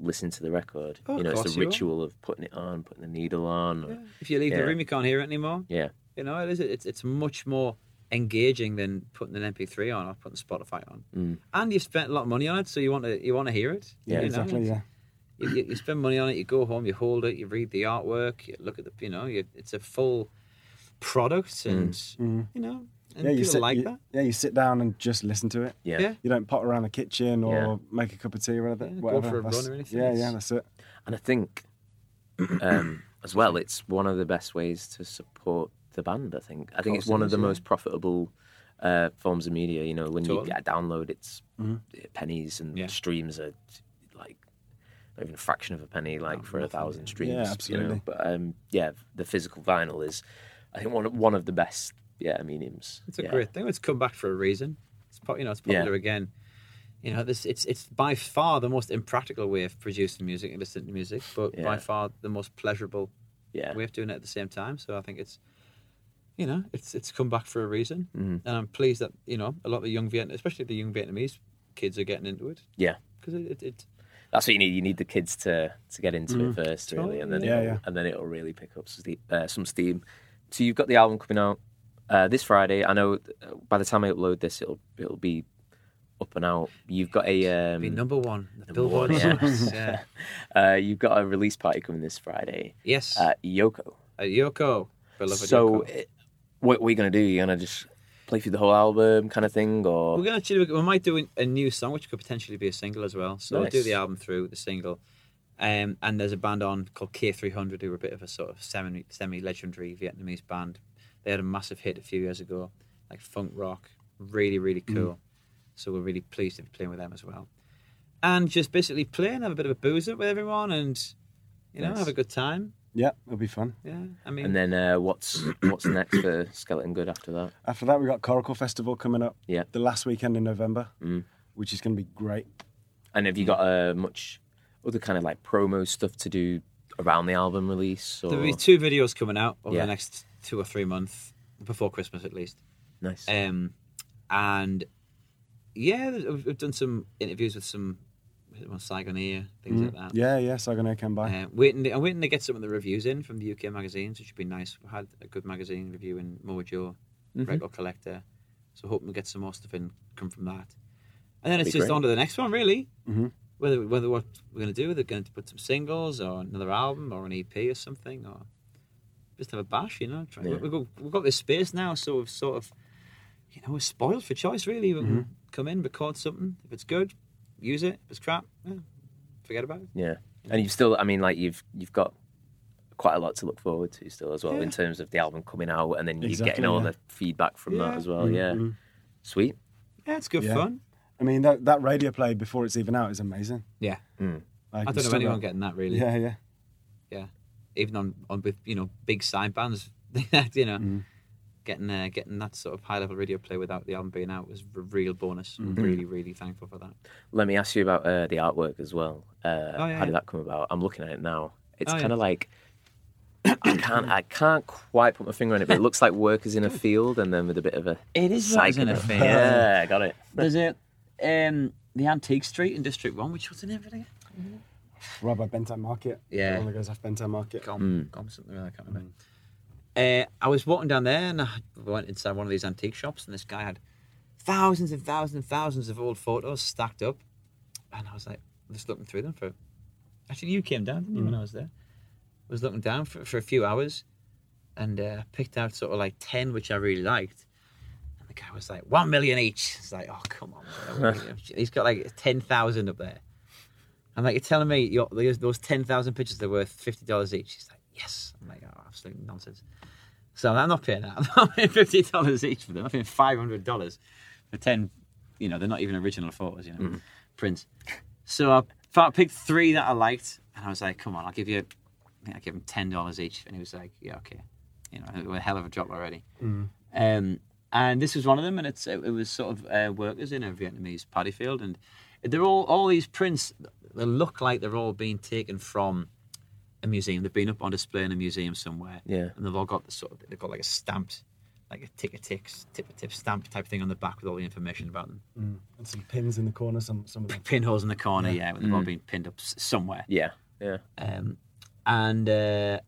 S1: listen to the record.
S2: Oh,
S1: you
S2: of
S1: know, it's
S2: course
S1: the
S2: you are.
S1: ritual of putting it on, putting the needle on. or-
S2: Yeah. If you leave
S1: Yeah.
S2: the room, you can't hear it anymore.
S1: yeah.
S2: You know, it is. It's it's much more engaging than putting an MP3 on or putting Spotify on.
S1: Mm.
S2: And you've spent a lot of money on it, so you want to you want to hear it.
S1: Yeah,
S2: you know?
S3: exactly. Yeah.
S2: You, you, you spend money on it. You go home, you hold it, you read the artwork, you look at the, you know, you, it's a full product, and you know, and
S3: Mm. yeah, you
S2: people
S3: sit,
S2: like
S3: you-
S2: that.
S3: Yeah, you sit down and just listen to it.
S1: Yeah.
S2: Yeah.
S3: You don't pot around the kitchen or
S1: Yeah.
S3: make a cup of tea or anything.
S2: Yeah, go
S3: whatever.
S2: for a
S3: That's-
S2: run or anything.
S3: Yeah,
S2: It's-
S3: yeah, that's it.
S1: And I think um, as well, it's one of the best ways to support the band. I think. I think
S2: course
S1: it's one
S2: it
S1: of
S2: is,
S1: the
S2: yeah.
S1: most profitable uh, forms of media. You know, when you
S2: Totally. Mm-hmm.
S1: get a download, it's uh, pennies, and
S2: Yeah.
S1: streams are like not even a fraction of a penny, like for a thousand streams.
S3: Yeah,
S1: You
S3: absolutely.
S1: know? But um, yeah, the physical vinyl is, I think, one of, one of the best. Yeah, mediums.
S2: It's a
S1: yeah.
S2: great thing. It's come back for a reason. It's po- you know it's popular again. You know this it's it's by far the most impractical way of producing music and listening to music, but
S1: Yeah.
S2: by far the most pleasurable
S1: Yeah.
S2: way of doing it at the same time. So I think it's you know it's it's come back for a reason,
S1: Mm-hmm.
S2: and I'm pleased that you know a lot of the young Vietnam, especially the young Vietnamese kids, are getting into it
S1: Yeah.
S2: because it, it, it
S1: That's what you need. You need the kids to to get into
S2: Mm.
S1: it first, really, and then
S3: Yeah,
S1: it'll,
S3: yeah.
S1: and then it'll really pick up some steam, uh, some steam. So you've got the album coming out uh, this Friday. I know. uh, By the time I upload this, it'll it'll be up and out. You've got a
S2: be
S1: um,
S2: number one. The
S1: one,
S2: Billboard
S1: yeah. (laughs)
S2: charts, yeah.
S1: uh, you've got a release party coming this Friday
S2: yes, uh,
S1: at Yoko.
S2: Yoko, beloved
S1: So
S2: Yoko.
S1: it, what we gonna do? You're gonna just play through the whole album, kind of thing, or
S2: We're gonna actually we might do a new song, which could potentially be a single as well. So we'll do
S1: Nice.
S2: the album through the single, um, and there's a band on called K300 who are a bit of a sort of semi semi legendary Vietnamese band. They had a massive hit a few years ago, like funk rock, really really
S1: Mm.
S2: cool. So we're really pleased to be playing with them as well, and just basically play and have a bit of a booze up with everyone, and you know
S1: Nice.
S2: have a good time.
S3: Yeah, it'll be fun.
S2: Yeah, I mean,
S1: and then uh, what's what's next for Skeleton Good after that?
S3: After that, we got Coracle Festival coming up.
S1: Yeah.
S3: The last weekend in November,
S2: Mm.
S3: which is going to be great.
S1: And have you got uh, much other kind of like promo stuff to do around the album release? Or...
S2: there'll be two videos coming out over
S1: Yeah.
S2: the next two or three months before Christmas at least.
S1: Nice.
S2: Um, and yeah, there's- I've, I've done some interviews with some was it on Saigon Air, things like that.
S3: Mm. Yeah, yeah, Saigon Air can buy.
S2: Um, waiting, to, I'm waiting to get some of the reviews in from the UK magazines, which would be nice. We had a good magazine review in Mojo,
S1: Mm-hmm.
S2: Record Collector, so hoping to get some more stuff in come from that. And then it's
S1: Be
S2: just
S1: great.
S2: on to the next one, really. Mm-hmm. Whether whether what we're going to do, they're going to put some singles or another album or an EP or something, or just have a bash, you know. Try,
S1: Yeah.
S2: we've, got, we've got this space now, so we've sort of, you know, we're spoiled for choice, really. We
S1: Mm-hmm.
S2: can come in, record something. If it's good, use it. If it's crap, eh, forget about it.
S1: yeah. And you've still, I mean, like you've you've got quite a lot to look forward to still as well
S2: Yeah.
S1: in terms of the album coming out, and then you're
S3: Exactly,
S1: getting all
S3: yeah.
S1: the feedback from that
S2: Oh, Yeah. Mm-hmm.
S1: as well. Yeah. Sweet.
S2: Yeah, it's good
S3: Yeah.
S2: fun.
S3: Mm. I mean, that, that radio play before it's even out is amazing.
S2: Yeah.
S3: Like,
S2: I
S3: it's
S2: don't know
S3: still
S2: anyone
S3: got-
S2: getting that really. Yeah.
S3: Yeah, yeah.
S2: Even on, on with you know big side bands, (laughs) you know, getting uh, getting that sort of high level radio play without the album being out was a real bonus. I'm Really, really thankful for that.
S1: Let me ask you about uh, the artwork as well. Uh,
S2: Oh, yeah,
S1: how did
S2: yeah.
S1: that come about? I'm looking at it now. It's
S2: Oh, yeah.
S1: kind of like (clears throat) I can't I can't quite put my finger on it, but it looks like workers
S2: (laughs)
S1: in a field, and then with a bit of a
S2: It is workers in a
S1: psychedelic-
S2: field.
S1: (laughs) Yeah, got it.
S2: There's a um, the Antique Street in District One, which was in everything.
S3: Right by Benton Market.
S2: Yeah.
S3: The one that goes off Benton Market.
S2: Gom, Gom something like that. I can't remember. Uh, I was walking down there and I went inside one of these antique shops, and this guy had thousands and thousands and thousands of old photos stacked up. And I was like, just looking through them for. Actually, you came down, didn't you, when I was there? I was looking down for, for a few hours and uh, picked out sort of like 10 which I really liked. And the guy was like, 1 million each. It's like, oh, come on. brother, 1 million. He's got like 10,000 up there. I'm like, you're telling me you're, those, those 10,000 pictures, they're worth $50 each? He's like, yes. I'm like, oh, absolute nonsense. So I'm not paying that. (laughs) I'm not paying $50 each for them. I'm paying $500 for 10, you know, they're not even original photos, you know, prints. So I fi- picked three that I liked and I was like, come on, I'll give you, I think I gave him $10 each. And he was like, yeah, okay. You know, it was a hell of a drop already. Um, and this was one of them, and it's it, it was sort of uh, workers in a Vietnamese paddy field, and they're all all these prints. They look like they're all being taken from a museum. They've been up on display in a museum somewhere.
S4: Yeah.
S2: and they've all got the sort of they've got like a stamped, like a tick a tick tip a tip stamp type thing on the back with all the information about them.
S3: Mm. And some pins in the corner, some some of them.
S2: Pinholes in the corner, yeah, but they've
S4: Mm.
S2: all been pinned up s- somewhere.
S4: Yeah, yeah.
S2: Um, and uh,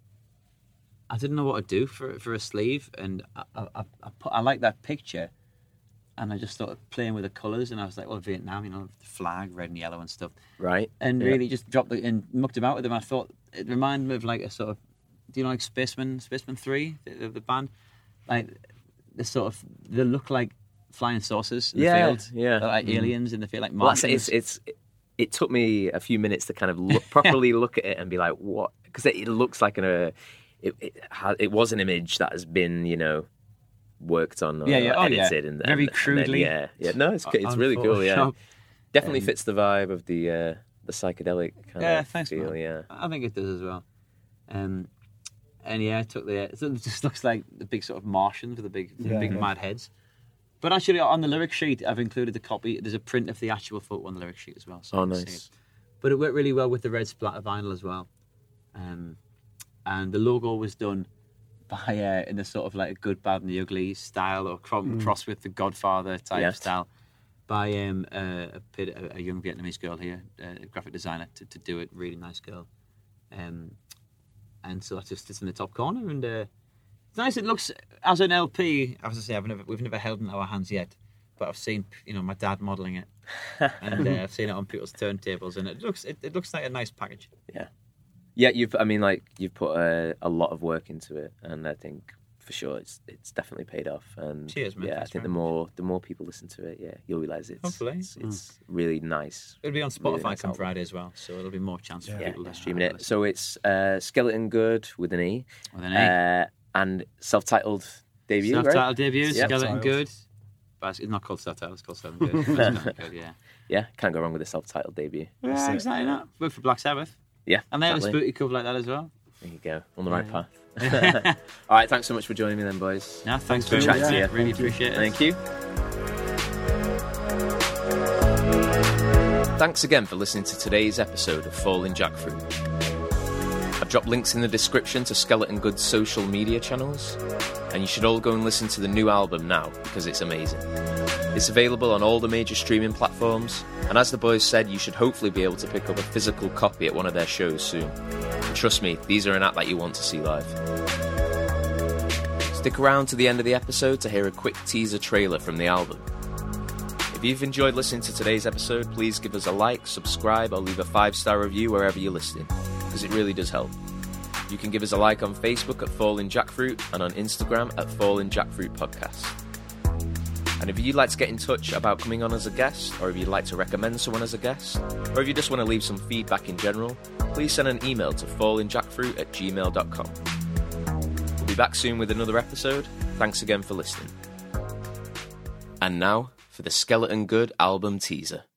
S2: I didn't know what to do for for a sleeve, and I I, I, I, put, I like that picture, and I just started playing with the colours, and I was like, well, Vietnam, you know, the flag, red and yellow and stuff,
S4: Right.
S2: and
S4: Yeah.
S2: really just dropped the, and mucked about with them. I thought it reminded me of like a sort of, do you know, like Spaceman, Spaceman Three, the, the, the band, like the sort of they look like flying saucers in
S4: Yeah,
S2: the field,
S4: yeah. Mm.
S2: They're like aliens in the field, like
S4: Well, that's,
S2: Martians.
S4: it. it's it's it took me a few minutes to kind of
S2: (laughs)
S4: look, properly look at it and be like, what? Because it, it looks like an uh, it it, ha- it was an image that has been you know worked on or
S2: Yeah, yeah. Oh, yeah.
S4: edited and
S2: Very
S4: and- and then,
S2: crudely
S4: yeah, yeah. No, it's
S2: on-
S4: it's
S2: on
S4: really cool. Yeah,
S2: Photoshop.
S4: definitely fits the vibe of the uh, the psychedelic kind
S2: Yeah,
S4: of
S2: thanks,
S4: feel.
S2: man.
S4: Yeah,
S2: (laughs) I think it does as well. Um, and yeah, I took the. So it just (laughs) looks like the big sort of Martians with the big, the
S3: Yeah,
S2: big
S3: yeah.
S2: mad heads. But actually, on the lyric sheet, I've included the copy. There's a print of the actual photo on the lyric sheet as well. So
S4: Oh,
S2: you can see
S4: nice.
S2: it. But it worked really well with the red splatter vinyl as well. Um, and the logo was done by uh, in a sort of like a good, bad, and the ugly style, or cro- cross with the Godfather type
S4: Yeah.
S2: style, by um, uh, a, pit- a, a young Vietnamese girl here, a graphic designer, to, to do it. Really nice girl. Um, and so that just sits in the top corner, and uh, it's nice. It looks as an LP. As I say, I've never we've never held it in our hands yet, but I've seen you know my dad modelling it, and uh, I've seen it on people's turntables, and it looks it, it looks like a nice package.
S4: yeah, yeah. You've I mean like you've put a, a lot of work into it, and I think for sure it's it's definitely paid off. And
S2: Cheers, man.
S4: Yeah,
S2: Thanks
S4: I think
S2: very
S4: the
S2: much.
S4: more the more people listen to it, yeah, you'll realize it's
S2: Hopefully.
S4: it's, it's really nice
S2: It'll be on Spotify
S4: nice
S2: come
S4: album.
S2: Friday as well, so it'll be more chance for
S4: yeah,
S2: people to
S4: streaming it. So it's uh, Skeleton Good with an E,
S2: With an A.
S4: Uh, and self-titled debut. right?
S2: self-titled debut,
S4: Yep.
S2: Skeleton
S3: Self-titled.
S2: Good. But it's not called self-titled; it's called Skeleton Good.
S4: (laughs)
S2: Skeleton Good, yeah.
S4: Yeah, can't go wrong with a self-titled debut.
S2: Yeah, exactly. That worked for Black Sabbath,
S4: Yeah,
S2: and they had a
S4: exactly.
S2: spooky cover like that as
S4: (laughs)
S2: well. (laughs)
S4: There you go, on the right path. (laughs) All right, thanks so much for joining me then, boys.
S2: Now, thanks
S4: for
S2: very much.
S4: chatting to
S2: mate.
S4: you.
S2: Really appreciate it.
S4: Thank you.
S1: Thanks again for listening to today's episode of Falling Jackfruit. I've dropped links in the description to Skeleton Good's social media channels, and you should all go and listen to the new album now because it's amazing. It's available on all the major streaming platforms, and as the boys said, you should hopefully be able to pick up a physical copy at one of their shows soon. And trust me, these are an act that you want to see live. Stick around to the end of the episode to hear a quick teaser trailer from the album. If you've enjoyed listening to today's episode, please give us a like, subscribe, or leave a five star review wherever you're listening, because it really does help. You can give us a like on Facebook at Fallen Jackfruit and on Instagram at Fallen Jackfruit Podcast. And if you'd like to get in touch about coming on as a guest, or if you'd like to recommend someone as a guest, or if you just want to leave some feedback in general, please send an email to fallenjackfruit at gmail.com. We'll be back soon with another episode. Thanks again for listening. And now for the Skeleton Good album teaser.